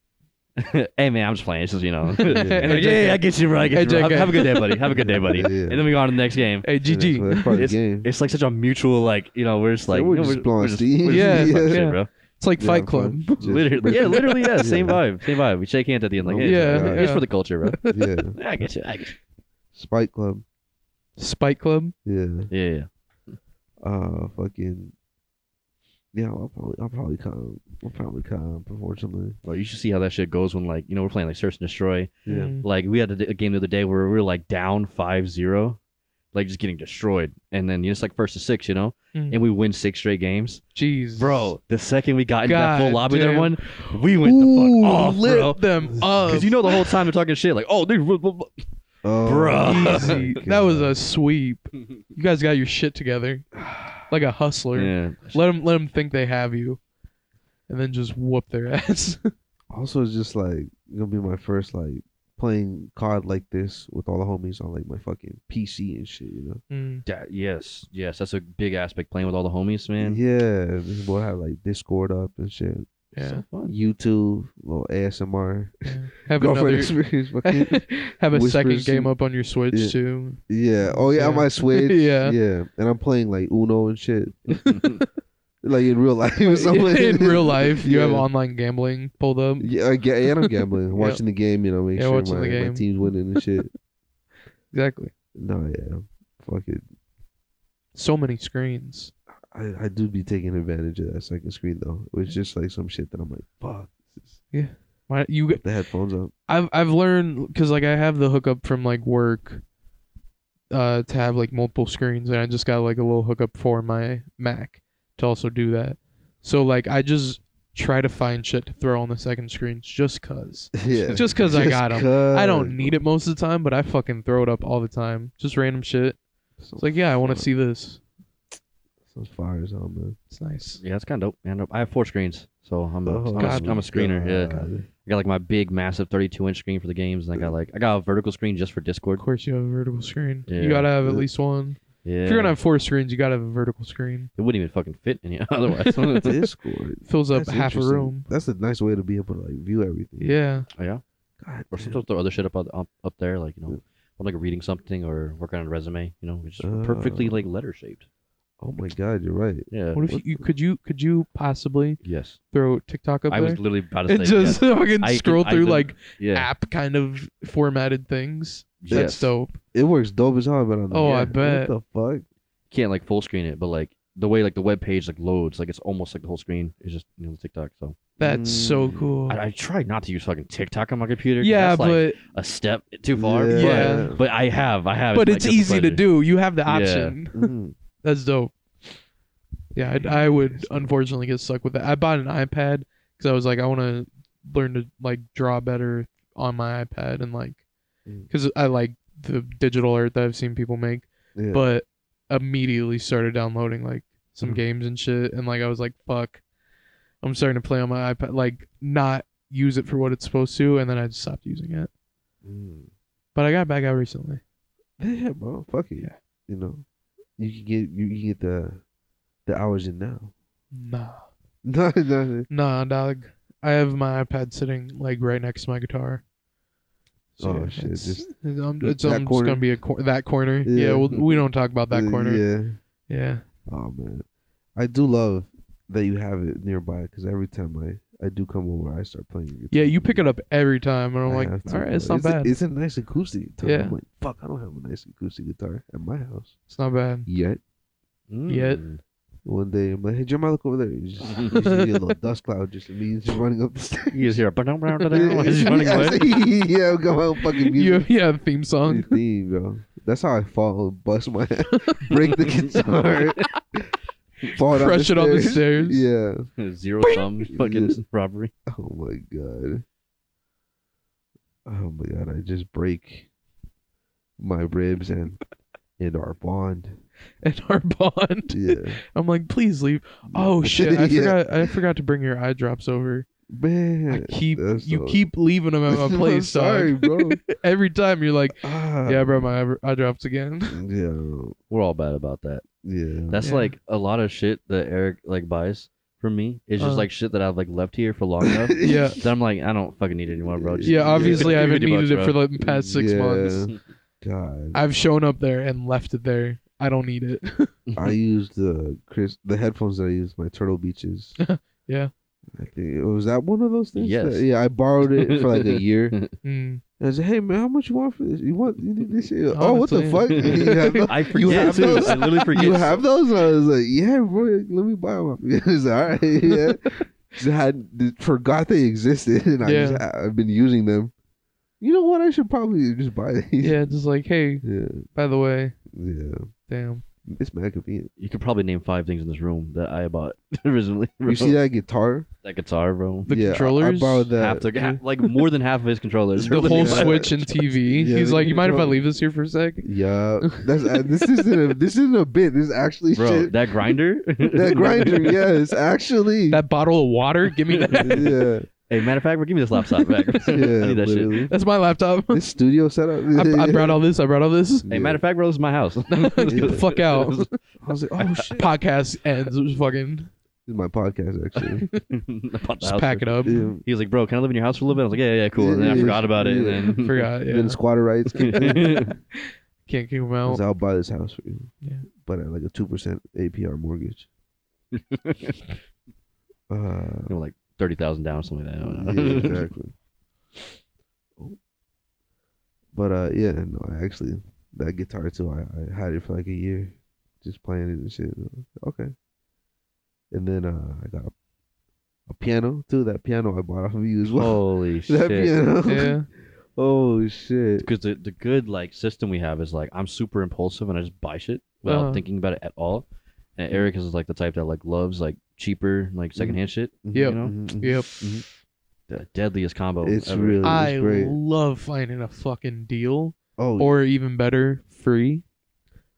"Hey man, I'm just playing. It's just you know." and like, yeah, yeah, I get you, bro. I get you. Bro. Have, have a good day, buddy. Have a good day, buddy. Yeah. And then we go on to the next game. hey, Yeah, that's what- GG. That's part of the game. It's like such a mutual, like you know, we're just like Yeah, we're you know, just blowing steam. we're just- Yeah, fuck yeah. shit, bro. It's like Yeah, Fight I'm Club. fine. Just- Literally, yeah, literally, yeah, same Yeah. vibe, same vibe. We shake hands at the end, like, Oh yeah, my it's- God. it's Yeah. for the culture, bro. Yeah. Yeah, I get you, I get you. Spike Club. Spike Club. Yeah. Yeah, yeah. Uh, fucking. Yeah, I'll probably, I'll probably come. I'll probably come. Unfortunately. Bro, you should see how that shit goes when, like, you know, we're playing like search and destroy. Yeah. Mm. Like, we had a, d- a game the other day where we were like down 5-0, like just getting destroyed, and then you know, it's like first to six, you know, Mm. and we win six straight games, Jeez, bro. The second we got into that full God lobby, with damn. everyone, we went the Ooh, fuck off, lit bro. them up. Because you know the whole time they're talking shit, like, oh, dude, blah, blah, blah." Oh, Bruh. Easy. my that was God. a sweep. You guys got your shit together, like a hustler. yeah, Let them let them think they have you, and then just whoop their ass. Also, it's just like gonna be my first like playing COD like this with all the homies on like my fucking PC and shit. You know. Mm. That- yes, yes, that's a big aspect playing with all the homies, man. Yeah, this boy have like Discord up and shit. Yeah, So fun. YouTube, little ASMR. yeah. have Girlfriend another. experience. Fucking. have a second Whispers. game up on your Switch Yeah. too. yeah. Oh yeah, on Yeah. my Switch. Yeah. Yeah, and I'm playing like Uno and shit. like in real life or something. in real life, you have Yeah. online gambling pulled up. Yeah, I get, and I'm gambling, watching the game. You know, make Yeah, sure watching my, the my game. team's winning and shit. Exactly. no, yeah, fuck it. So many screens. I, I do be taking advantage of that second screen though. It's just like some shit that I'm like, fuck. this is- Why you Put the headphones up. I've I've learned because like I have the hookup from like work, uh, to have like multiple screens, and I just got like a little hookup for my Mac to also do that. So like I just try to find shit to throw on the second screen just cause. yeah, Just 'cause I got 'em. I don't 'cause. need it most of the time, but I fucking throw it up all the time. Just random shit. Some, It's like yeah, I want to see this. some fires on man. It's nice. yeah, that's kind of dope. Man, I have four screens, so I'm a, Oh, am a, I'm a screener. Yeah, God. I got like my big, massive 32 inch screen for the games, and I got like I got a vertical screen just for Discord. Of course, you have a vertical screen. Yeah. You gotta have at Yeah. least one. Yeah, If you're gonna have four screens, you gotta have a vertical screen. it wouldn't even fucking fit in here otherwise. oh, Discord. Fills up That's half a interesting. room. That's a nice way to be able to like view everything. Yeah. yeah, God, or damn. sometimes throw other shit up, up up there, like you know, I'm like reading something or working on a resume. You know, it's just perfectly Oh. like letter shaped. oh my god, you're right. Yeah. What if you, What you the- could you could you possibly Yes, throw TikTok up I there? was literally about to and say just fucking yes. I scroll can- I through literally- like yeah. app kind of formatted things. That's yes. dope. It works dope as hell, but on the Oh, I yeah, bet. What the fuck? can't like full screen it, but like the way like the web page like loads, like it's almost like the whole screen is just you know TikTok. So That's so Mm. cool. I, I try not to use fucking TikTok on my computer. 'cause yeah, that's, like, but a step too far. Yeah. Yeah. But, but I have, I have. but like, it's easy to pleasure. do. You have the Yeah. option. Mm. That's dope. Yeah, I'd- I, I would unfortunately get stuck with that. I bought an iPad because I was like, I want to learn to like draw better on my iPad and like Mm. because I like the digital art that I've seen people make. Yeah. but immediately started downloading like some Mhm. games and shit and like I was like fuck I'm starting to play on my iPad like not use it for what it's supposed to and then I just stopped using it Mm. but I got back out recently Yeah, bro. Fuck it. Yeah. You know, you can get you can get the the hours in now. nah no, no, no. nah dog I have my iPad sitting like right next to my guitar Oh, shit, it's, just- it's, I'm, that it's, I'm just corner. gonna be a cor- that corner Yeah. yeah, we'll, we don't talk about that Uh, corner yeah, Yeah. Oh man, I do love that you have it nearby because every time I I do come over, I start playing. the Yeah, guitar. you pick it up every time, and I'm I like, have to, all right, bro. it's not a- bad. it's a nice acoustic guitar. Yeah. I'm like, fuck, I don't have a nice acoustic guitar at my house it's not bad. yet. Mm. Yet. One day, I'm like, hey, Jeremiah, look over there. You just, you just see a little dust cloud just me just running up the stairs. You just hear a he's running yeah, away. yeah, I've got my own fucking You music have, you have a theme song. theme, bro. That's how I fall, bust my, break the guitar, fall down Crush the it on the stairs. Yeah. Zero sum fucking robbery. Oh my god. Oh my god, I just break my ribs and in our bond. And our bond. Yeah. I'm like, please leave. Oh shit! I Yeah. forgot. I forgot to bring your eye drops over. I Man. keep that's you all- keep leaving them at my I'm place. sorry, Sorry. bro. Every time you're like, Ah. yeah, I brought my eye, eye drops again. Yeah. We're all bad about that. Yeah. That's Yeah. like a lot of shit that Eric like buys from me. It's just Uh. like shit that I've like left here for long enough. yeah. that I'm like, I don't fucking need it anymore, bro. Just Yeah, Yeah. obviously I Give me haven't the needed it bucks, for the past six Yeah. months. God. I, I've shown up there and left it there. I don't need it. used the Chris the headphones that I used, my Turtle Beaches. Yeah. I think was that one of those things? Yes. that- yeah, I borrowed it for like a year. Mm. I said, "Hey man, how much you want for this? You want you need this?" He goes, oh, what the fuck? Honestly. You have those? I You forget have too. those? I literally forget. you have those? And I was like, yeah, bro, let me buy one. He was like, all right, yeah. Just had did- forgot they existed, and I Yeah. just, I've been using them. You know what? I should probably just buy these. Yeah, just like, hey, yeah, by the way, yeah. damn. It's mad convenient. You could probably name five things in this room that I bought originally. bro. You see that guitar? That guitar, bro. The yeah, I- controllers? I, borrowed half that. the, half, like more than half of his controllers. The The Really whole bad. Yeah. Switch and TV. Yeah, He's the like, you mind if I control- leave this here for a sec? yeah, that's uh, this isn't a, this isn't a bit. This is actually bro. shit. That grinder. That grinder, yeah, it's actually. That bottle of water, give me that. yeah, Hey, matter of fact, bro, give me this laptop back. I yeah, need that shit. literally. That's my laptop. This studio setup. I, I brought all this. I brought all this. Hey, matter of fact, bro, this is my house. Get Get the fuck out. I was like, oh shit, Podcast ends. It was fucking this is my podcast actually. just pack it up. Yeah. He was like, bro, can I live in your house for a little bit? I was like, yeah, yeah, yeah, cool. And then I Yeah. forgot about it. And then Forgot. uh, Yeah. Then squatter rights. kicked in. Can't kick him out. Because I'll buy this house for you. Yeah. But at like a two percent APR mortgage. uh, You know, like thirty thousand down, or something like that. I don't know. yeah, exactly. Oh. But uh, yeah, no, I actually that guitar too. I, I had it for like a year, just playing it and shit. And I was like, Okay. And then uh, I got a, a piano too. That piano I bought off of you as well. Holy that shit! piano. Oh, Yeah. Oh shit. Because the, the good like system we have is like I'm super impulsive and I just buy shit without Uh-huh. Mm. thinking about it at all. And Eric is like the type that like loves like cheaper like secondhand shit. Yep. Mm-hmm, You know Mhm. Yep. the deadliest combo. It's ever. really- I great. love finding a fucking deal, Oh, or even better, free,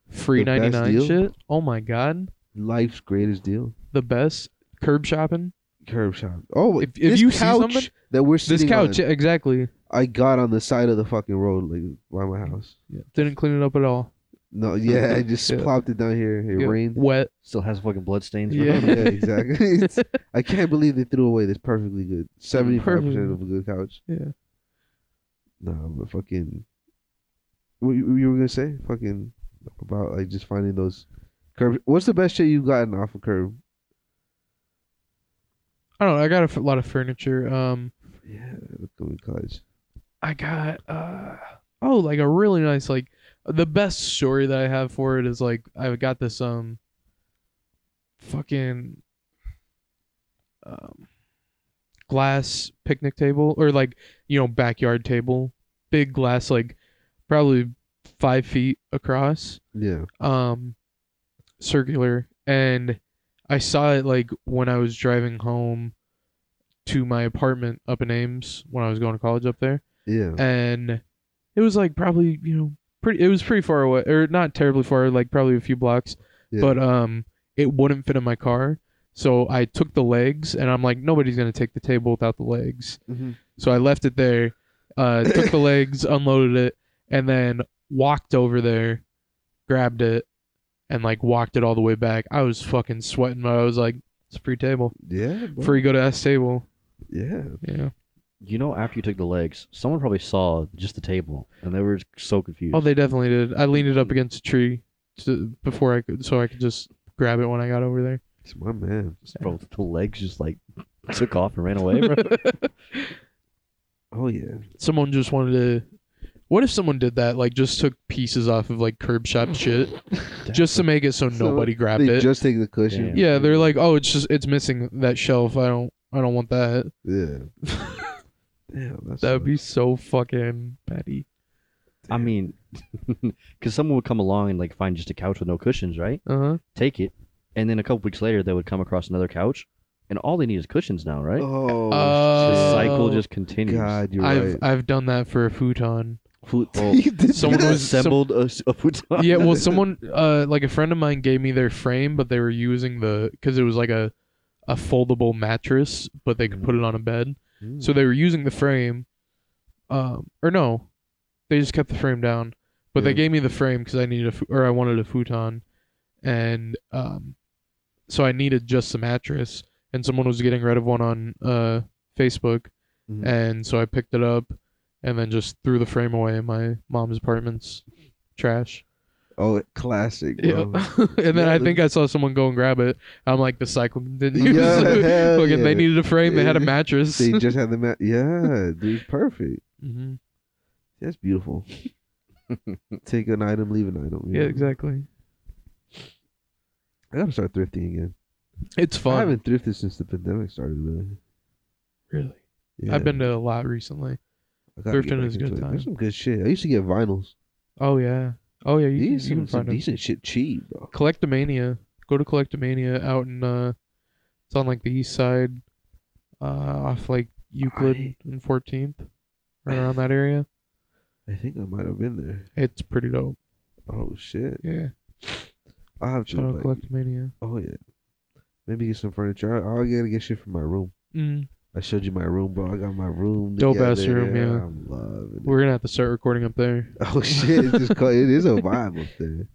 free The best ninety nine deal? shit. Oh my god, life's greatest deal. the best curb shopping. Curb shop. Oh, If- if this you see couch something- that we're This sitting couch, on, yeah, exactly. I got on the side of the fucking road, like by my house. Didn't clean it up at all. No, yeah, I just Yeah. plopped it down here. It Yeah, rained. Oh, Wet. Still has fucking blood stains. Yeah, Yeah. exactly. It's- I can't believe they threw away this perfectly good, seventy-five percent Perfect. of a good couch. Mm, Yeah. No, but fucking. What you, what you were gonna say? Fucking about like just finding those curb. What's the best shit you've gotten off of curb? I don't know. I got a f- lot of furniture. Um, Yeah, going to college. I got uh oh, like a really nice like the best story that I have for it is like I got this um fucking um glass picnic table or like you know backyard table, big glass like probably five feet across Yeah. um circular and I saw it like when I was driving home to my apartment up in Ames when I was going to college up there Yeah. and it was like probably you know pretty it was pretty far away or not terribly far like probably a few blocks Yeah. but um it wouldn't fit in my car so i took the legs and i'm like nobody's going to take the table without the legs Mhm. so i left it there uh took the legs unloaded it and then walked over there grabbed it and like walked it all the way back i was fucking sweating but i was like it's a free table Yeah. bro. free go to s table Yeah. yeah You know, after you took the legs, someone probably saw just the table and they were so confused. Oh, they definitely did. I leaned it up against a tree to, before I could, so I could just grab it when I got over there. It's my man. bro, the legs just like took off and ran away, bro. Oh yeah. Someone just wanted to. wh- What if someone did that? Like, just took pieces off of like curb shop shit, just to make it so, So nobody grabbed They it. just take the cushion. Damn. yeah, they're like, oh, it's just it's missing that shelf. I don't, I don't want that. yeah. Damn, that's That would be so fucking petty. I mean, because someone would come along and like find just a couch with no cushions, right? Uh huh. Take it, and then a couple weeks later they would come across another couch, and all they need is cushions now, right? Oh, the Uh, cycle Oh. just continues. God, you're I've right. I've done that for a futon. Food, oh, You did someone that? was- assembled a, s- a futon. yeah, well, someone uh like a friend of mine gave me their frame, but they were using the because it was like a a foldable mattress, but they could put it on a bed. Hmm. So they were using the frame, um, or no, they just kept the frame down. But they Yeah. gave me the frame because I needed a fu- or I wanted a futon, and um, so I needed just the mattress. And someone was getting rid of one on uh Facebook, Mhm. and so I picked it up, and then just threw the frame away in my mom's apartment's trash. oh, classic. Yeah, Bro. and then Yeah, I the- think I saw someone go and grab it. I'm like, the cycle continues. Yeah, hell Fucking yeah. They needed a frame. They had a Yeah. mattress. They just had the mat. Yeah, dude, perfect. hmm That's beautiful. Take an item, leave an item. you Yeah, know? exactly. I gotta start thrifting again. It's I fun. haven't thrifted since the pandemic started. Really, Really, Yeah, I've been to a lot recently. I gotta get thrifting back is into a good it. There's time. some good shit. I used to get vinyls. Oh yeah, oh yeah. You, can- These you can some, some find them. decent shit cheap, bro. Collectomania. Go to Collectomania out in uh, it's on like the east side, uh, off like Euclid Right. and Fourteenth, right around that area. I think I might have been there. It's pretty dope. Oh shit! Yeah, I have to. shout out like- Collectomania. oh yeah, maybe get some furniture. I, I gotta get shit from my room. Mm. I showed you my room, bro. I got my room. Dope ass together. room, yeah. I'm loving it. We're gonna have to start recording up there. Oh shit! It's just called, it is a vibe up there.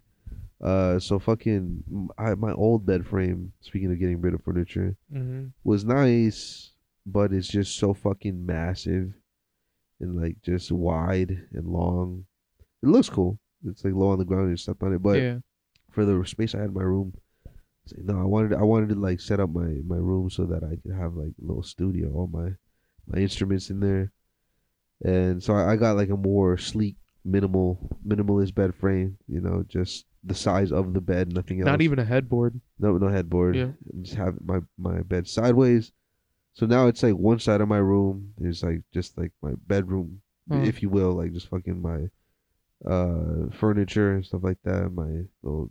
Uh, so fucking, I, my old bed frame. Speaking of getting rid of furniture, Mm-hmm. was nice, but it's just so fucking massive, and like just wide and long. It looks cool. It's like low on the ground and you step on it, but yeah, for the space I had in my room. it's like, No, I wanted I wanted to like set up my my room so that I could have like a little studio, all my my instruments in there, and so I, I got like a more sleek, minimal, minimalist bed frame. You know, just the size of the bed, nothing else. not even a headboard. no no headboard. Yeah. Just have my my bed sideways. So now it's like one side of my room is like just like my bedroom Uh, if you will, like just fucking my uh furniture and stuff like that, my little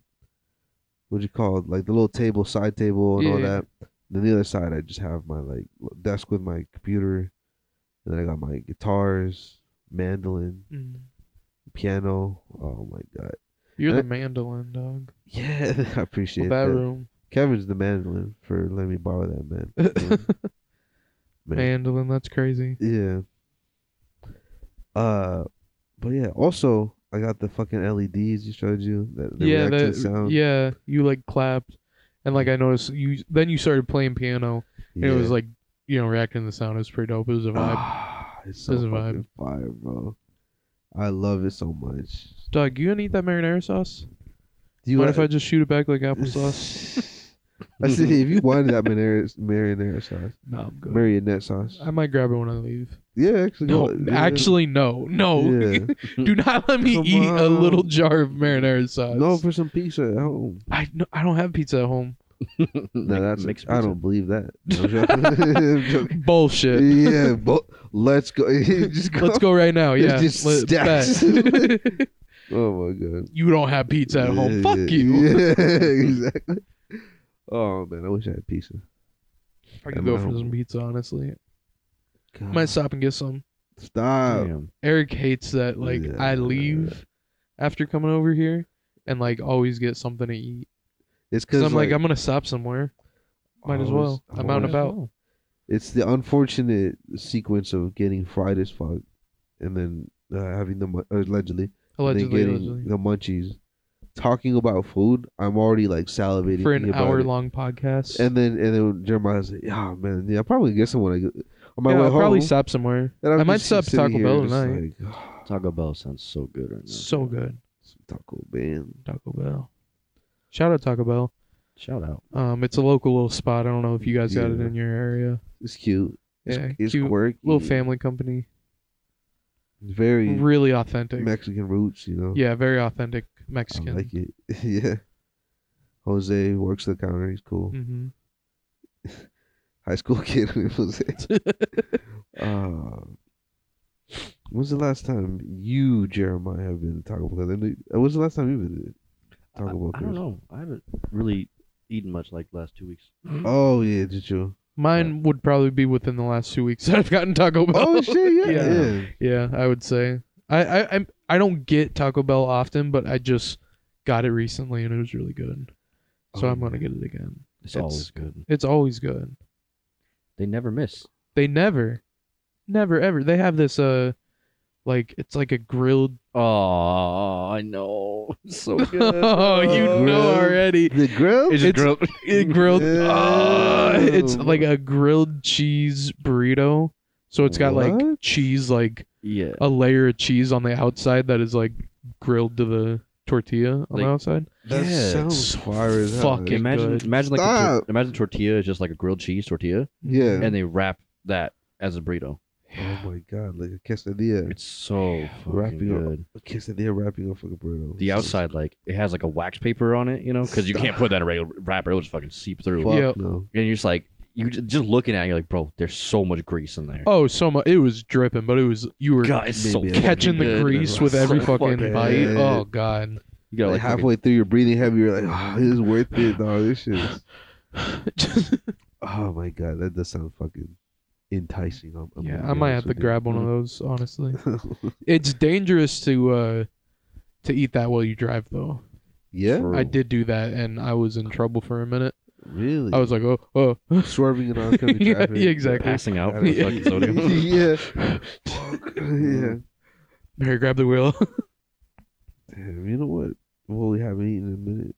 what you call it, like the little table, side table, and all Yeah, yeah. that. Then the other side, I just have my like l- desk with my computer, and then I got my guitars, mandolin, mm. piano. Oh my god, You're Uh, the mandolin dog. yeah, I appreciate Well, that. that room, Kevin's the mandolin for letting me borrow that man. Yeah. man. mandolin. That's crazy. Yeah. Uh, but yeah. Also, I got the fucking LEDs you showed you that they yeah, react to the that, sound. yeah, you like clapped, and like I noticed you. Then you started playing piano, and it was like you know reacting to the sound. It was pretty dope. It was a Ah. vibe. it's so It's a vibe. fucking fire, bro. I love it so much. Doug, you gonna eat that marinara sauce? Do You mind want if I just shoot it back like applesauce? sauce? I said if you wanted that marinara, marinara sauce, no, I'm good. marionette sauce. I might grab it when I leave. Yeah, actually. No, go- yeah. actually, no, no. Yeah. Do not let me Come eat a little on. jar of marinara sauce. no, for some pizza at home. I no, I don't have pizza at home. No, that's mixed I pizza. don't believe that. I'm joking. I'm joking. Bullshit. Yeah, but let's go. Just go. Let's go right now. It's Yeah, just let- stacks. bet. Oh my god. you don't have pizza at Yeah, home. Fuck yeah, you. Yeah, exactly. Oh man, I wish I had pizza. I could At go my for home. some pizza, honestly. Might stop and get some. Stop. Damn. Eric hates that like I Yeah. leave after coming over here and like always get something to eat. It's because Cause I'm like, I'm gonna stop somewhere. Might as well. I'm out and about. It's the unfortunate sequence of getting fried as fuck, and then uh, having the mu- uh, allegedly, then Allegedly, getting allegedly. the munchies. Talking about food, I'm already like salivating for an thinking about hour it. long podcast. And then and then Jeremiah's like, yeah, man, yeah, I'll probably get someone. I go on my yeah, way I'll home. probably stop somewhere. and I'm I might just stop sitting Taco here Bell just tonight. like, "Ah, Taco Bell sounds so good right now. So good, some Taco Bell. Taco Bell. Shout out Taco Bell. Shout out. Um, it's a local little spot. I don't know if you guys got it Yeah. in your area. It's cute. It's, Yeah, it's cute. quirky. Little family company. Very Really authentic. Mexican roots, you know. yeah, very authentic I Mexican. like it. yeah. Jose works the counter. He's cool. hmm High school kid. Jose. uh, when's the last time you, Jeremiah, have been to Taco Bell? Then, uh, When's the last time you been to I, Taco Bell? I don't know. I haven't really eaten much like the last two weeks. Chris? Oh yeah, did you? Mine would probably be within the last two weeks that I've gotten Taco Bell. Oh shit, yeah, Yeah. yeah. Yeah, I would say. I I I'm, I don't get Taco Bell often, but I just got it recently and it was really good. So Oh, I'm gonna man. get it again. It's, It's- always good. It's always good. They never miss. They never, never ever. They have this uh, like it's like a grilled. Oh, I know. It's so good. oh, you know Grilled. already. The grill. It's just It's- grilled. It grilled. Oh, it's Ew. like a grilled cheese burrito. So it's got like What? cheese, like Yeah. a layer of cheese on the outside that is like grilled to the tortilla on Like- the outside. That Yeah, sounds so fire as hell. fucking- Imagine, good. imagine like the tor- Stop. imagine tortilla is just like a grilled cheese tortilla, Yeah. and they wrap that as a burrito. Oh my god, like a quesadilla. It's so fucking Wrapping up. good. A quesadilla wrapping up like a burrito. The outside, like it has like a wax paper on it, you know, because you can't put that in a regular wrapper; it'll just fucking seep through. Fuck Yeah. no. And you're just like, you j- just looking at it, you're like, bro, there's so much grease in there. Oh, so much. It was dripping, but it was you were God, it's so Maybe fucking catching the good. grease It's with so every fucking fucking bite. good. good. Oh god, You gotta like like, halfway. halfway through, you're breathing heavy. You're like, oh, this is worth it, dog. This shit. Is... Oh my god, that does sound fucking enticing. I'm, I'm yeah, gonna I be might honest have to with grab one of those. Honestly, you. it's dangerous to uh to eat that while you drive, though. yeah, I did do that, and I was in trouble for a minute. really. I was like, oh, oh, swerving in oncoming Yeah, traffic. yeah, exactly. passing out. From the Yeah. fucking sodium. yeah. Fuck. yeah. Mary, grab the wheel. Damn, you know what? Well, we haven't eaten in a minute.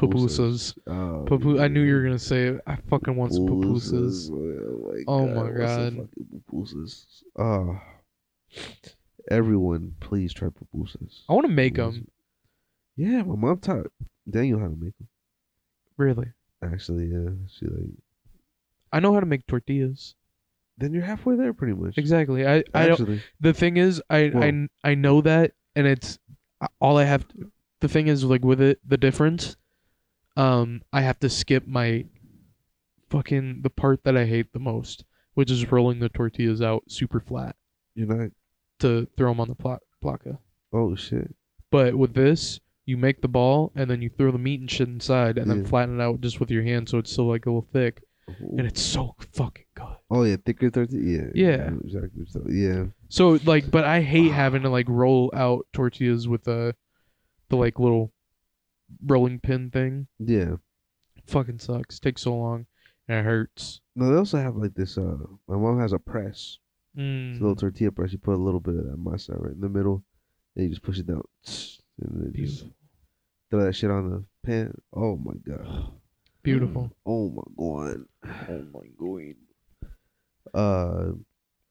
Pupusas. Pupusas. Oh, Papu- I knew you were yeah. gonna say it. I fucking want some pupusas. boy. Oh my I want God. some fucking Pupusas. Oh. Everyone, please try pupusas. I want to make them. Yeah, my mom taught Daniel how to make them. Really, Actually, yeah, she like. I know how to make tortillas. Then you're halfway there, pretty much. Exactly. I I don't. Actually, the thing is I, I Well- i know that and it's uh, all i have to, the thing is like with it the difference um i have to skip my fucking the part that i hate the most which is rolling the tortillas out super flat you're not. to throw them on the pla- placa Oh shit! but with this you make the ball and then you throw the meat and shit inside and then Yeah. flatten it out just with your hand so it's still like a little thick Oh. and it's so fucking good Oh yeah, thicker thirty. Yeah. Yeah. Exactly. So, yeah. So like, but I hate having to like roll out tortillas with the, the like little, rolling pin thing. Yeah. Fucking sucks. Takes so long, and it hurts. No, they also have like this. Uh, my mom has a press. It's a little Mm. tortilla press. You put a little bit of that masa right in the middle, and you just push it down, and then just Beautiful. throw that shit on the pan. Oh my god. Beautiful. Oh my god. Oh my god. Uh,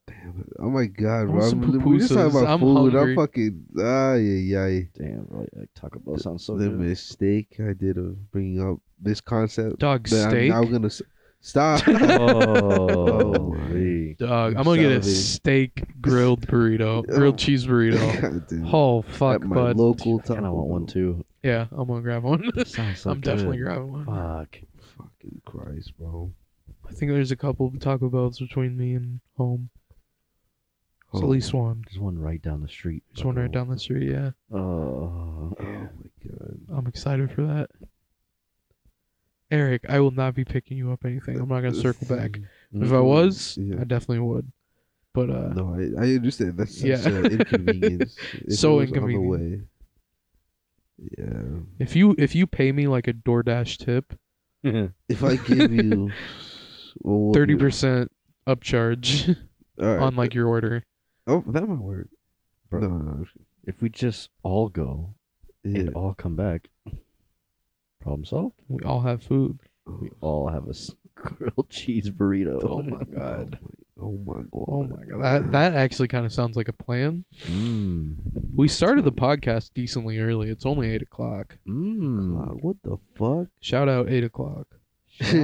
damn it. Oh my god, I want bro. some I'm- We're just talking pupusas. about I'm food. hungry. I'm fucking. Ah, yeah, yeah. Damn, bro, like Taco Bell sounds so the good. mistake I did of bringing up this concept. Dog that steak. I'm now gonna s- stop. Oh, Holy. Dog. I'm gonna get a Salivating. steak grilled burrito, grilled cheese burrito. God damn. Oh At fuck, my bud. local I kind of Taco want one Bell. too. yeah, I'm gonna grab one. Sounds so I'm good. definitely grabbing one. Fuck. Fucking Christ, bro. I think there's a couple of Taco Bells between me and home. It's at Oh. least one. There's one right down the street. There's one right down the street. Yeah, Oh. Oh my god. I'm excited for that. Eric, I will not be picking you up anything. I'm not gonna circle back. If I was, Mm-hmm. Yeah. I definitely would. But uh, No, I, I understand. That's such Yeah. an inconvenience. If So it was inconvenient. On the way. Yeah. if you if you pay me like a DoorDash tip, If I give you well, we'll thirty do- percent upcharge all right. on like your order. oh that might work. Bro. No, no, no. if we just all go Yeah. and all come back, problem solved. We all have food. Oh, We all have a s- grilled cheese burrito. Oh my god. Oh my god. Oh my god. That that actually kind of sounds like a plan. Mmm. We started the podcast decently early. It's only eight o'clock. Uh, Mmm. what the fuck? Shout out eight o'clock.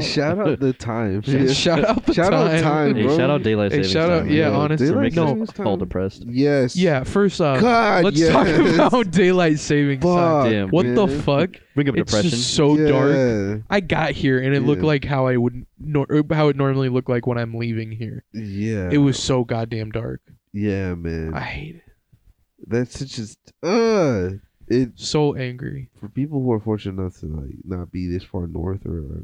shout out the time. Shout out the Shout out time. time. Hey, bro. shout out daylight Hey, savings. shout out- time. yeah, Yo, honestly, daylight no, savings all time? depressed. Yes. Yeah, first off, God. let's yes. talk about daylight savings time. Fuck, Damn. What the man. fuck? Bring up It's depression. just so dark. Yeah. I got here and it looked Yeah. like how I would nor- or how it normally looked like when I'm leaving here. Yeah. It was so goddamn dark. Yeah, man. I hate it. That's just uh it So angry. for people who are fortunate enough to like not be this far north or, or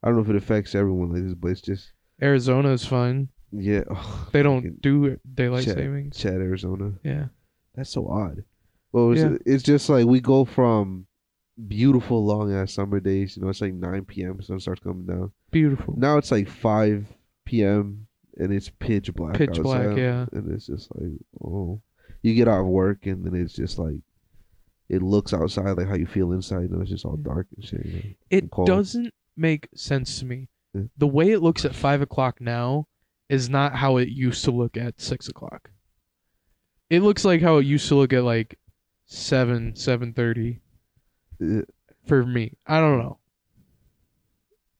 I don't know if it affects everyone like this, but it's just Arizona is fun. yeah. ugh, They don't fucking do daylight Shit. savings. Chad, Arizona. Yeah. That's so odd. Well, it's, Yeah. it's just like we go from beautiful long ass summer days. You know, it's like 9 p.m. Sun starts coming down. Beautiful. Now it's like 5 p.m. and it's pitch black. Pitch black, outside. yeah. And it's just like, oh, you get out of work and then it's just like, it looks outside like how you feel inside. You know, it's just all dark and shit. You know? It cold. doesn't make sense to me. Yeah. The way it looks at five o'clock now is not how it used to look at six o'clock. It looks like how it used to look at like seven, seven thirty. Uh, Yeah. For me, I don't know.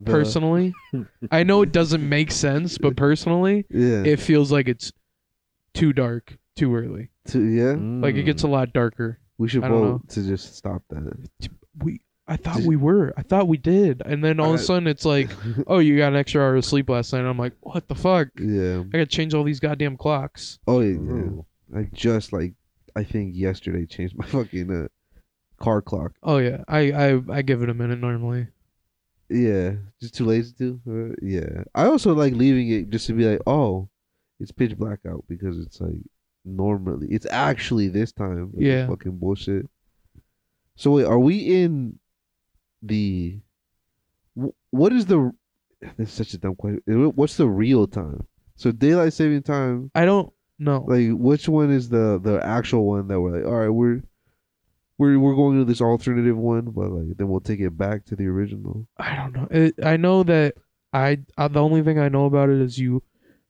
The- Personally, I know it doesn't make sense, but personally, Yeah. it feels like it's too dark too early. to, yeah. Like it Mm. gets a lot darker. We should Mm, I don't vote to just stop that. We, I thought Did- we were, I thought we did, and then all of I- a sudden it's like, oh, you got an extra hour of sleep last night. And I'm like, what the fuck? yeah. I gotta change all these goddamn clocks. Oh, yeah. yeah. Ooh. I just like I think yesterday changed my fucking uh, car clock. Oh yeah, I I, I give it a minute normally. Yeah, just too lazy to. Uh, yeah, I also like leaving it just to be like, oh, it's pitch black out because it's like normally it's actually this time. Like, Yeah. fucking bullshit. So wait, are we in the? wh- What is the? That's such a dumb question. eh, What's the real time? So daylight saving time I don't know. like which one is the the actual one that we're like all right we're we're we're going to this alternative one but like then we'll take it back to the original I don't know. It, I know that I, I the only thing I know about it is you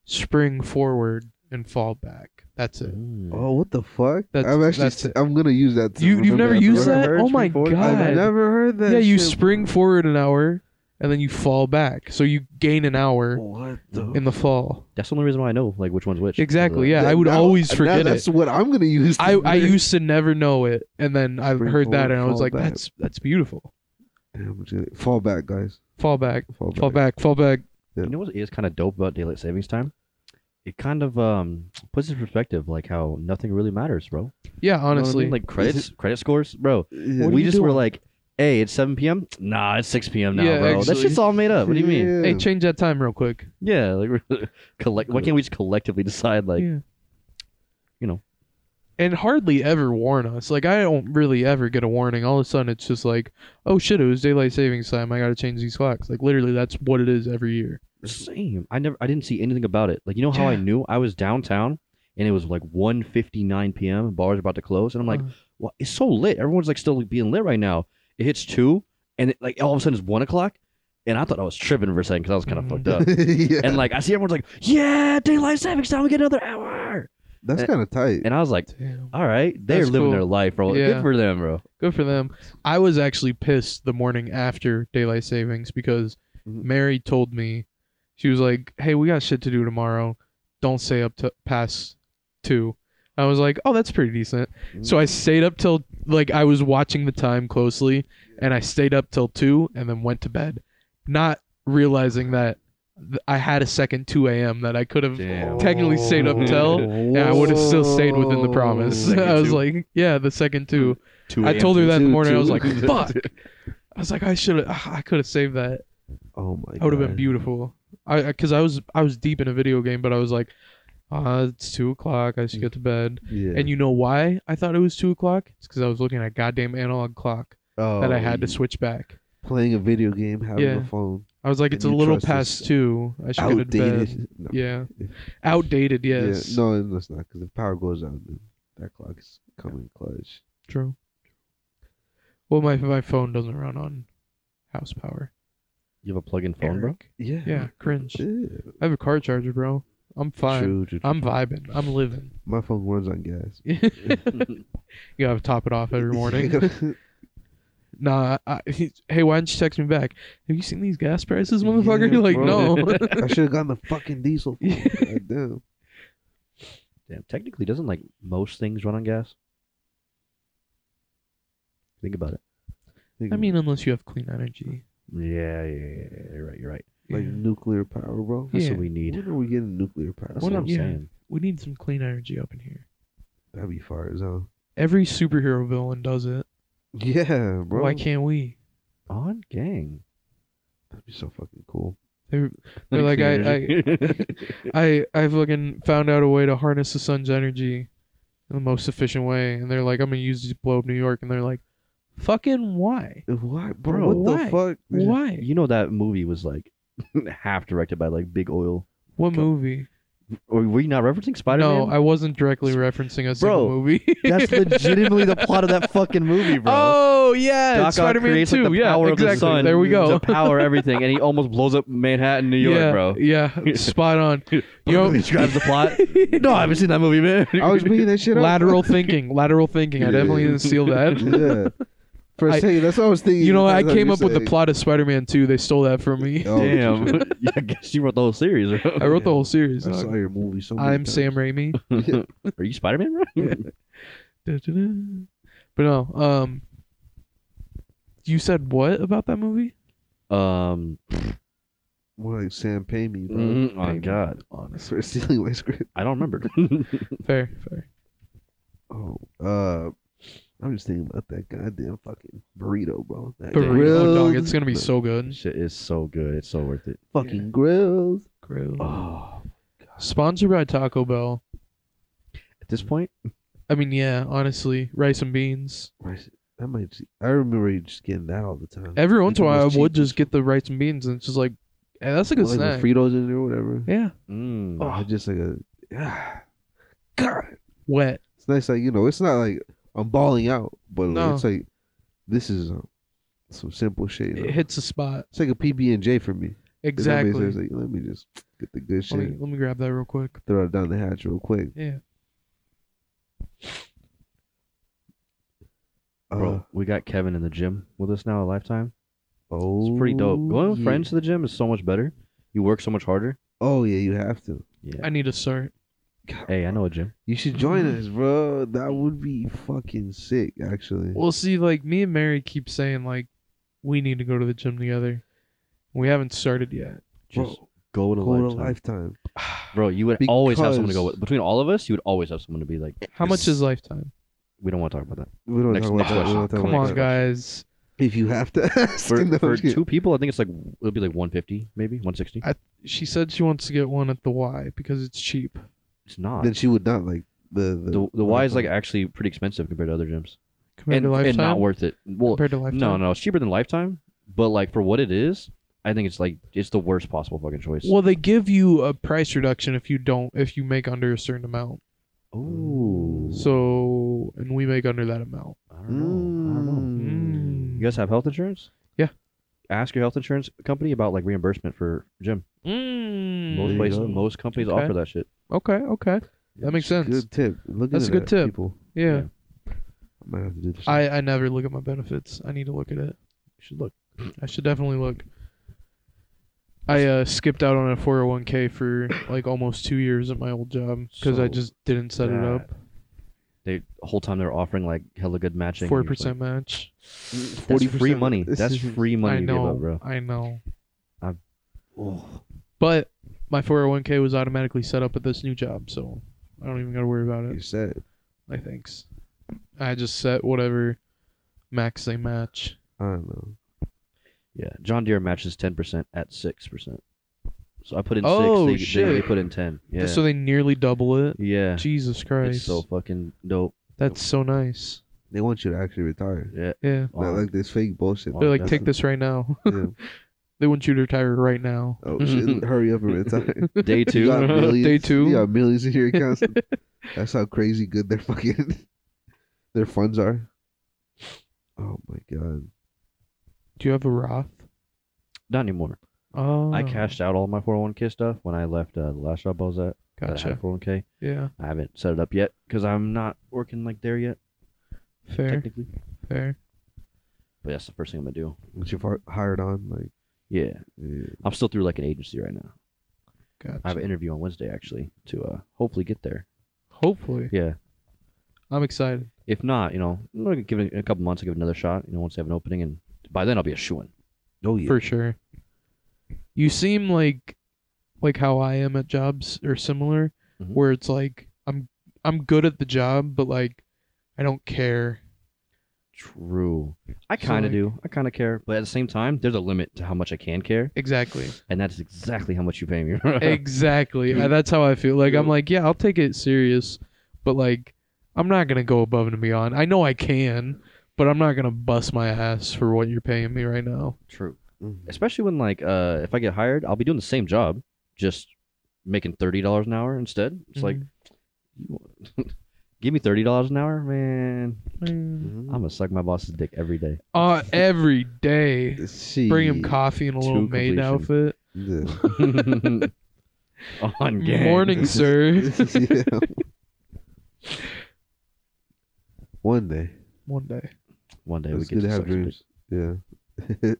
spring forward and fall back. That's it. oh what the fuck That's- i'm actually that's it. i'm gonna use that to You you've remember never after work. used that? heard Oh my spring forward? i've god! never heard that yeah, you shit. spring forward an hour and then you fall back, so you gain an hour what the in the fall. That's the only reason why I know like which one's which. Exactly. Yeah, Yeah, I would now- always now forget it. that's what i'm gonna use to I, I remember. used to never know it, and then I Spring heard that, forward, and I was fall like, back. "That's that's beautiful." Damn, I'm just gonna- fall back guys Fall back, fall back, fall back, fall back. You know what is kind of dope about daylight savings time? It kind of um puts into perspective like how nothing really matters, bro. Yeah, You know what I honestly, mean? like credits, credit scores, bro. Yeah. What are we you just were doing? like, hey, it's 7 p.m. Nah, it's 6 p.m. now, Yeah, bro. That actually- shit's all made up. What do you mean? Yeah. hey, change that time real quick. Yeah, like we're- collect. Why can't we just collectively decide like yeah. you know. and hardly ever warn us. Like I don't really ever get a warning. All of a sudden, it's just like, "Oh shit, it was daylight savings time. I got to change these clocks." Like literally, that's what it is every year. same? I never, I didn't see anything about it. Like you know how I Yeah. knew I was downtown and it was like 1:59 p.m. and bars about to close, and I'm like, Uh. Oh, well, it's so lit. Everyone's like still like, being lit right now. It hits two, and it, like all of a sudden it's one o'clock, and I thought I was tripping for a second because I was kind of Mhm. fucked up. yeah. And like I see everyone's like, yeah, daylight savings time, we get another hour, that's kind of tight and I was like. Damn, All right, they're That's living cool. their life, bro. Good Yeah. for them, bro. good for them. I was actually pissed the morning after daylight savings because Mhm. Mm-hmm. Mary told me she was like, "Hey, we got shit to do tomorrow. Don't stay up to past two. I was like, "Oh, that's pretty decent." Mm-hmm. So I stayed up till like I was watching the time closely, and I stayed up till two, and then went to bed, not realizing that th- I had a second two a.m. that I could have Damn. technically stayed up till, and I would have still stayed within the promise. Second I was two? like, "Yeah, the second two. Two I told her that in the Two, morning. I two. was like, "Fuck." I was like, "I should have. I could have saved that. oh my god That would have been beautiful." I because I was I was deep in a video game, but I was like, "Ah, it's two o'clock. I should get to bed." Mm. yeah. And you know why I thought it was two o'clock? It's because I was looking at a goddamn analog clock oh, that I had to switch back. playing a video game having Yeah. a phone I was like, "It's a And you little trust past this two. I should get to bed." outdated No. Yeah, Yeah. outdated. Yes, Yeah, no, that's not because if power goes out, then that clock is coming clutch. true. Well, my my phone doesn't run on house power. You have a plug-in phone, bro. Eric. Yeah. Yeah, cringe. Yeah. I have a car charger, bro. I'm fine. True, true, true. I'm vibing. I'm living. My phone runs on gas. you gotta top it off every morning. Gotta- nah. I, he, hey, why didn't you text me back? Have you seen these gas prices, motherfucker? Yeah, like, bro. no. I should have gotten the fucking diesel. Yeah. God damn. Damn, technically, doesn't like most things run on gas? Think about it. I mean, unless you have clean energy. Yeah, yeah, yeah, yeah. You're right. You're right. like Yeah. nuclear power, bro. That's Yeah. what we need. When are we getting nuclear power? That's What what I'm up, yeah. saying. we need some clean energy up in here. That'd be far as hell. Every superhero villain does it. Yeah, bro. Why can't we? On gang. That'd be so fucking cool. They're, they're like, I, I, I I fucking found out a way to harness the sun's energy in the most efficient way, and they're like, I'm gonna use this to blow up New York, and they're like, fucking why? Why, bro? Bro, what why? the fuck? Why? you know that movie was like half directed by like Big Oil. What movie? Or were you not referencing Spider Man? No, I wasn't directly referencing a single Bro, movie. That's legitimately the plot of that fucking movie, bro. Oh yeah, Doc Ock Spider-Man creates Two. like the yeah, power exactly. of the sun. there we To go. power everything, and he almost blows up Manhattan, New York, yeah, bro. Yeah, spot on. You know- Perfectly describes the plot. no, I haven't seen that movie, man. I was making that shit up. lateral thinking, lateral thinking. I definitely didn't steal that. yeah. For a I- second, that's what I was thinking. You know, I That's what came you're up with the saying. plot of Spider-Man Two. They stole that from me. Oh, Damn. shit. yeah, I guess you wrote the whole series. Bro. I wrote the whole series. I dog. saw your movie so many I'm times. Sam Raimi. Are you Spider Man, bro? Da-da-da. But no, um, you said what about that movie? Um. More like Sam Paimi, bro. Mm-hmm. mm, oh God, Honest. For stealing my script. I don't remember. Fair, fair. Oh, uh, I'm just thinking about that goddamn fucking burrito, bro. That Burrito, grilled- dog, it's gonna be so good. Shit is so good. It's so worth it. fucking grilled. Grilled. Oh, Sponsored by Taco Bell. at this point, I mean, yeah, honestly, rice and beans. Rice- I might. Just, I remember just getting that all the time. Every once It's in a the while, most I would cheapest. just get the rice and beans, and it's just like, hey, that's a good Well, like snack. with Fritos in there, or whatever. yeah, mm, Oh, just like a. Yeah. God, wet. it's nice. Like you know, it's not like I'm balling out, but like, No. it's like this is um, some simple shit. you know? It hits the spot. It's like a PB and J for me. If that makes Exactly. sense, like, let me just get the good shit, Let me, let me grab that real quick. throw it down the hatch real quick. Yeah. bro, Uh, we got Kevin in the gym with us now. A lifetime. oh, It's pretty dope. Going with yeah. friends to the gym is so much better. You work so much harder. Oh yeah, you have to. I need to start. Hey, I know a gym. You should join us, bro. That would be fucking sick, actually. Well, see, like me and Mary keep saying like we need to go to the gym together. We haven't started yet. Just go to Bro, lifetime. go to lifetime. Bro, you would always have someone to go Because- with. Between all of us, you would always have someone to be like, How much Yes. is lifetime? we don't want to talk about that. We don't Next- talk about next that. We don't question. talk Come about on, that. guys. If you have to ask, For, no, for I'm kidding. two people, I think it's like, it'll be like 150, maybe 160. I- She said she wants to get one at the Y because it's cheap. It's not. then she would not like the the, The, the Y is like actually pretty expensive compared to other gyms. Compared and, to lifetime. and not worth it. Well, compared to lifetime. no, no, it's cheaper than Lifetime, but like for what it is, I think it's like, it's the worst possible fucking choice. Well, they give you a price reduction if you don't if you make under a certain amount. Ooh. So, and we make under that amount. I don't know. I don't know. Mm. You guys have health insurance? Yeah. Ask your health insurance company about like reimbursement for gym. Mm. There Most you places, go. most companies Okay. offer that shit. Okay, okay, that makes sense. Good tip. Look That's at a good that, tip. People. Yeah. Yeah. I might have to do this. I I never look at my benefits. I need to look at it. You should look. I should definitely look. I uh, skipped out on a 401k for like almost two years at my old job because I So just didn't set it up. They the whole time they're offering like hella good matching. Four percent match. Forty free money. That's free money I you know. give up, bro. I know. Oh, But my 401k was automatically set up at this new job, so I don't even got to worry about You it. said. I thanks. I just set whatever max they match. I don't know. yeah. John Deere matches ten percent at six percent. So I put in Oh, six. They, They, they shit. put in ten. Yeah. So they nearly double it. yeah. Jesus It's Christ. so fucking dope. That's so nice. They want you to actually retire. Yeah. Yeah. Not like this fake bullshit. Wow. They're like, that's take a- this right now. Yeah. They want you to retire right now. Oh shit! Hurry up and retire. Day You got two. millions- Day Mm-hmm. two. You got millions in your accounts. That's how crazy good their fucking their funds are. Oh my god. Do you have a Roth? Not anymore. Oh, I cashed out all my 401k stuff when I left uh, the last job I was at. that I Gotcha. had 401k. Yeah, I haven't set it up yet because I'm not working like there yet fair, technically. fair. But that's the first thing I'm gonna do. Once you're far- hired on, like Yeah, yeah. I'm still through like an agency right now. Gotcha. I have an interview on Wednesday actually to uh hopefully get there. Hopefully, Yeah. I'm excited. If not, you know, I'm gonna give it a couple months. I give it another shot. You know, once I have an opening, and by then I'll be a shoo in. oh yeah, for sure. You seem like like how I am at jobs or similar, Mhm. where it's like I'm I'm good at the job, but like I don't care. True. I So, kind of like- do. I kind of care, but at the same time, there's a limit to how much I can care, Exactly. and that's exactly how much you pay me. exactly. Uh, That's how I feel. Like I'm Yeah. like, yeah, I'll take it serious, but like I'm not gonna go above and beyond. I know I can, but I'm not gonna bust my ass for what you're paying me right now. True. Mhm. Especially when like uh, if I get hired, I'll be doing the same job, just making thirty dollars an hour instead. It's like, Mm-hmm. you- give me thirty dollars an hour, man. Mm. Mhm. I'm gonna suck my boss's dick every day. Uh, every day. See, Bring him coffee and a little to maid completion. outfit. Yeah. On gang. Morning, sir. Yeah. One day, One day. One day we it's get good to have suck his dick. dreams. Yeah,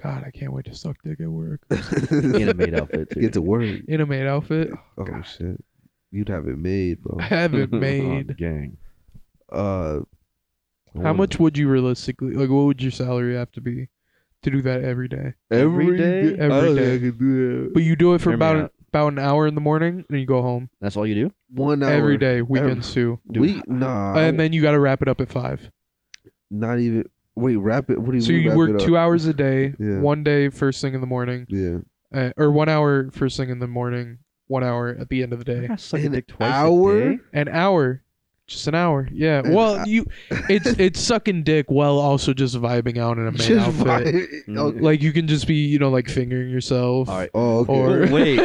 God, I can't wait to suck dick at work. in a maid outfit. Dude. get to work. In a maid outfit. Oh God. shit, you'd have it made, bro. I have it On made. gang. Uh, I How wanna- much would you realistically like what would your salary have to be to do that every day? every Every day? day? I don't Every think I day. could do that. But you do it for Hear me about out. about an hour in the morning and then you go home. That's all you do? One hour Every day, weekends too. Dude. We nah, and then you gotta wrap it up at five. not even. Wait, wrap it. What do you So mean? you wrap work it two up? hours a day, Yeah. one day first thing in the morning, Yeah, uh, or one hour first thing in the morning, one hour at the end of the day. I suck An a dick twice hour? a day. An hour, just an hour. Yeah. An Well, hou- you, it's it's sucking dick while also just vibing out in a maid outfit. vibe. Mm. Okay. Like you can just be, you know, like fingering yourself. All right. Oh, okay. Or- Wait,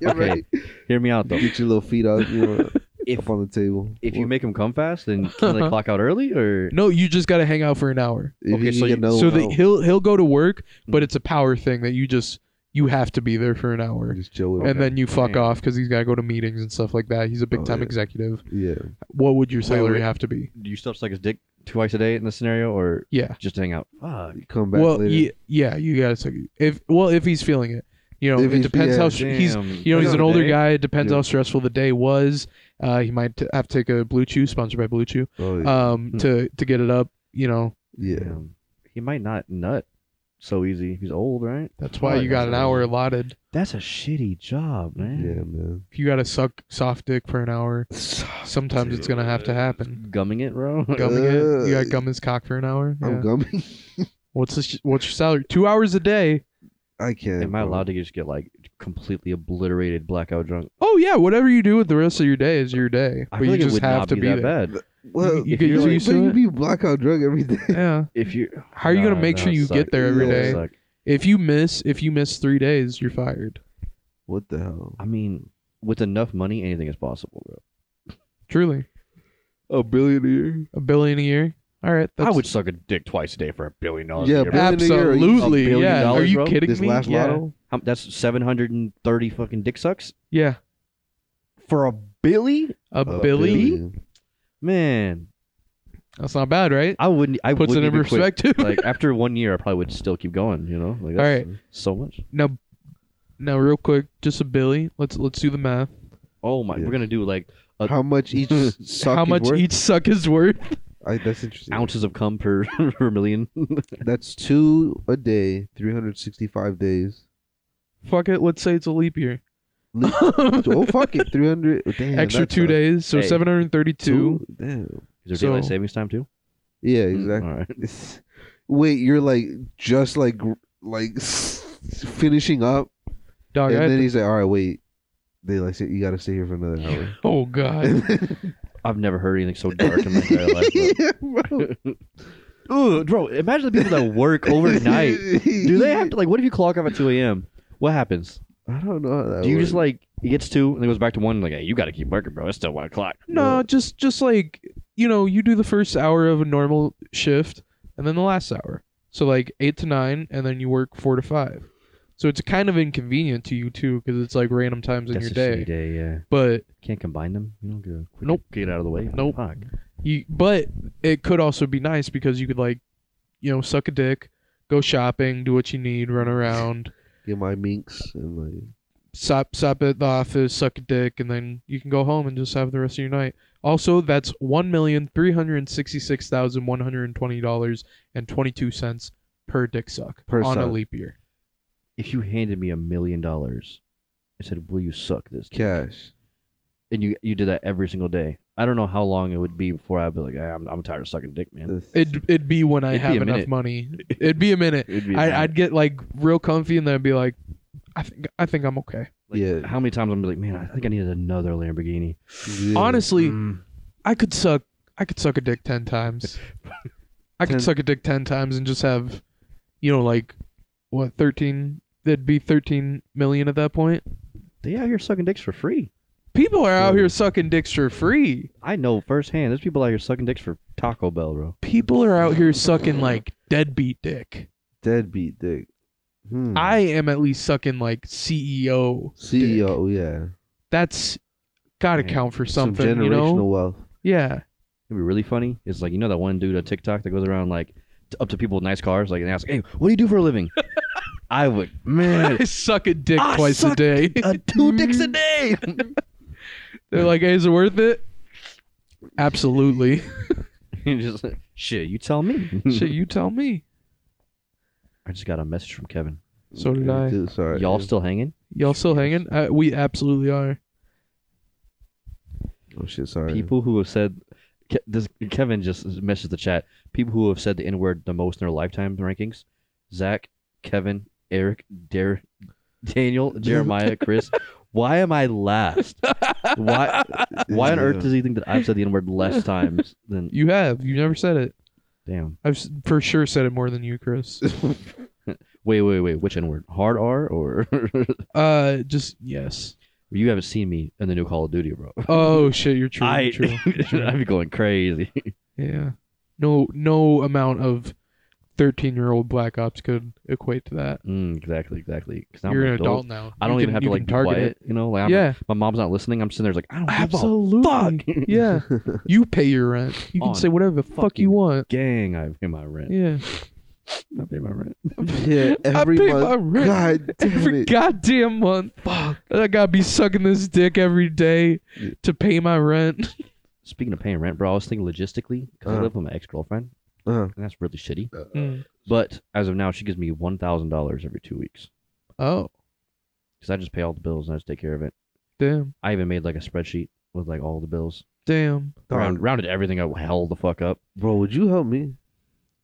You're okay. right. hear me out though. Get your little feet up, you know, If up on the table. if you make them come fast, then can they clock out early or No, you just got to hang out for an hour. If Okay, you so can you- get no, so no, Mm-hmm. that he'll he'll go to work, but Mhm. it's a power thing that you just you have to be there for an hour. just chill with And then you fuck Dang. off because he's got to go to meetings and stuff like that. He's a big Oh, time yeah. executive. yeah. What would your salary wait. have to be? do you still suck his dick twice a day in this scenario or Yeah. just hang out? Fuck. You come back well, later. ye- yeah, you gotta take if well if he's feeling it, you know, If it he's- depends how yeah, s- he's you know he's an Another older day? guy. It depends Yeah. how stressful the day was. Uh, he might t- have to take a Blue Chew sponsored by Blue Chew Oh, yeah. um Hmm. to to get it up. You know, yeah. Damn. He might not nut so easy. He's old, right? Oh, that's why Right, you got that's an what it hour is. allotted. That's a shitty job, Yeah, man. man. If you gotta suck soft dick for an hour, sometimes it's gonna have to happen. Gumming it, bro. Gumming it, you Uh, got gum his cock for an hour. I'm Yeah. gummy. What's this, what's your salary? Two hours a day. I can't. Am I bro. allowed to just get like completely obliterated blackout drunk? Oh yeah, whatever you do with the rest of your day is your day, but I feel you like it just would have not to be, be, that there. bad. Well, you get you, used but to you it. be blackout drunk every day. Yeah. If you, How are you gonna Nah, make nah, sure you suck. get there every Yeah. day? Suck. If you miss, if you miss three days, you're fired. What the hell? I mean, with enough money, anything is possible, bro. Truly, A billionaire. a billion a year. All right, that's I would suck a dick twice a day for a billion dollars. Yeah, a year, bro. billion a year, are you- absolutely. A billion yeah, are dollars, you bro? kidding This me? last yeah. lotto. How- that's seven hundred and thirty fucking dick sucks yeah, for a billy. a, A billy. billion. Man, That's not bad, right? I wouldn't. I Puts it wouldn't in even quit. perspective. Like after one year, I probably would still keep going. You know, like that's All right, so much. now, now, real quick, just a billy. Let's let's do the math. Oh my, Yeah. we're gonna do like Uh, How much each suck How is much worth? each suck is worth? I, that's interesting. ounces of cum per, per million. That's two a day, 365 days. Fuck it. Let's say it's a leap year. Li- oh fuck it, 300. Damn, Extra that's two a- days, so Hey. seven hundred thirty-two. Damn. Is there So- daylight savings time too? Yeah, Mm, exactly. All right. Wait, you're like just like gr- like finishing up, Dog. Oh, and I, then he's like, "All right, wait." They like say you got to stay here for another hour. oh god. And then- I've never heard anything so dark in my entire life. Bro. bro. Ooh, bro, imagine the people that work overnight. Do they have to like? What if you clock off at two a.m.? What happens? I don't know. How that Do you just works. like it gets two and it goes back to one? Like, hey, you got to keep working, bro. It's still one o'clock. No, just just like you know, you do the first hour of a normal shift, and then the last hour. So like eight to nine, and then you work four to five. So it's kind of inconvenient to you too, because it's like random times in your That's a day. shitty day. Yeah, But can't combine them. You know, get a quick, Nope. Get out of the way. Nope. Fuck. You, but it could also be nice because you could like, you know, suck a dick, go shopping, do what you need, run around, Get my minks and like stop stop at the office, suck a dick, and then you can go home and just have the rest of your night. Also, that's one million three hundred sixty six thousand one hundred twenty dollars and twenty two cents per dick suck Per on a suck. leap year. If you handed me a million dollars, I said, "Will you suck this?" dick?" cash. And you you did that every single day. I don't know how long it would be before I'd be like, "Ah, "I'm I'm tired of sucking dick, man." That's- It'd it'd be when I It'd be have a enough minute. money. It'd be a minute. It'd be I, I'd get like real comfy and then I'd be like, I think I think I'm okay. like, Yeah. How many times I'm like, "Man, I think I needed another Lamborghini." yeah. Honestly, Mm. I could suck I could suck a dick ten times. I could Ten- suck a dick ten times and just have, you know, like what thirteen? That'd be thirteen million at that point. They out here sucking dicks for free. People are out Yeah. here sucking dicks for free. I know firsthand. There's people out here sucking dicks for Taco Bell, bro. People are out here sucking like deadbeat dick. deadbeat dick. Hmm. I am at least sucking like CEO. Dick. CEO, E yeah, That's gotta Yeah. count for some something, generational you know? wealth. Yeah. It'd be really funny. It's like you know that one dude on TikTok that goes around like t- up to people with nice cars, like and asks, "Hey, what do you do for a living?" I would, man, I suck a dick I twice a suck day. uh, two dicks a day. They're like, hey, is it worth it? Absolutely. And just like, shit, you tell me. Shit, you tell me. I just got a message from Kevin. So did Okay, I. dude, sorry. Y'all still hanging? Y'all still hanging? Uh, we absolutely are. Oh shit, sorry. People who have said Ke- this, Kevin just messaged the chat. People who have said the N word the most in their lifetime rankings: Zach, Kevin, Eric, Derek, Daniel, Jeremiah, Chris. Why am I last? Why? Why on earth Yeah. does he think that I've said the N word less times than You have. You never said it. damn? I've s- for sure said it more than you, Chris. Wait, wait, wait. Which N word? Hard R or Uh, just yes. you haven't seen me in the new Call of Duty, bro? Oh shit, you're true. I true. I'd be going crazy. Yeah. No, no amount of thirteen-year-old Black Ops could equate to that. Mm, exactly, exactly. Because I'm you're an adult now. I don't You even can- have you to can like be target quiet. You know, like it. I'm, Yeah. my mom's not listening. I'm sitting there just like I don't give a Absolutely. fuck. Yeah. You pay your rent. You can On say whatever the fuck you fucking- want. gang. I pay my rent. Yeah. I pay my rent. yeah, every I pay month. my rent God damn every it. goddamn month. Fuck. I gotta be sucking this dick every day Yeah. to pay my rent. Speaking of paying rent, bro, I was thinking logistically because I Uh-huh. live with my ex girlfriend, Uh, and that's really shitty. Uh-huh. Mm. But as of now, she gives me one thousand dollars every two weeks Oh, because I just pay all the bills and I just take care of it. damn. I even made like a spreadsheet with like all the bills, Damn. dog, Round, rounded everything up, hell the fuck up. bro, would you help me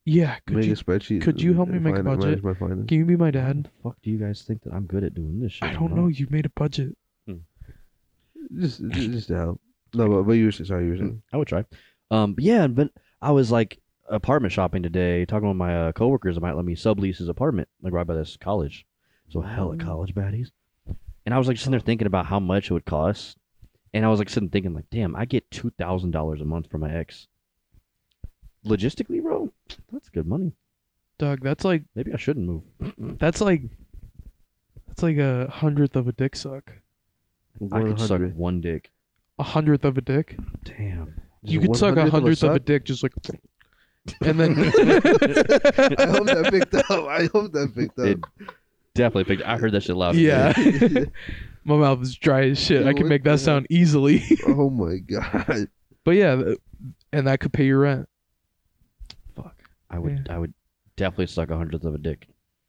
Yeah. Could make you, a spreadsheet? could you help me and make a finan- manage budget? my finances? can you be my How dad? the fuck do you guys think that I'm good at doing this shit? I don't know. You made a budget. Just, just just to help. No, but, but you were sorry. You were saying. I would try. Um, but yeah, but I was like apartment shopping today, talking with my uh, coworkers. I might let me sublease his apartment, like right by this college. So hella Mm. college baddies. And I was like sitting there thinking about how much it would cost, and I was like sitting thinking like, damn, I get two thousand dollars a month from my ex. Logistically, bro, that's good money. Doug, that's like Maybe I shouldn't move. that's like that's like a hundredth of a dick suck. I could suck 100. one dick. A hundredth of a dick. Damn. You could suck a hundredth of a dick just like and then I hope that picked up. I hope that picked It up. definitely picked. I heard that shit loud. Yeah. My mouth is dry as shit. I can What make the that heck? sound easily. oh my god. But yeah, th- and that could pay your rent. Fuck. I would. I would definitely suck a hundredth of a dick.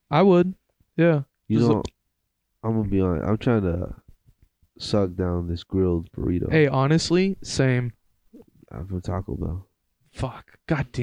I would. Yeah. You Just know, look- I'm gonna be honest. I'm trying to suck down this grilled burrito Hey, honestly, same. uh, from Taco Bell. Fuck. God damn.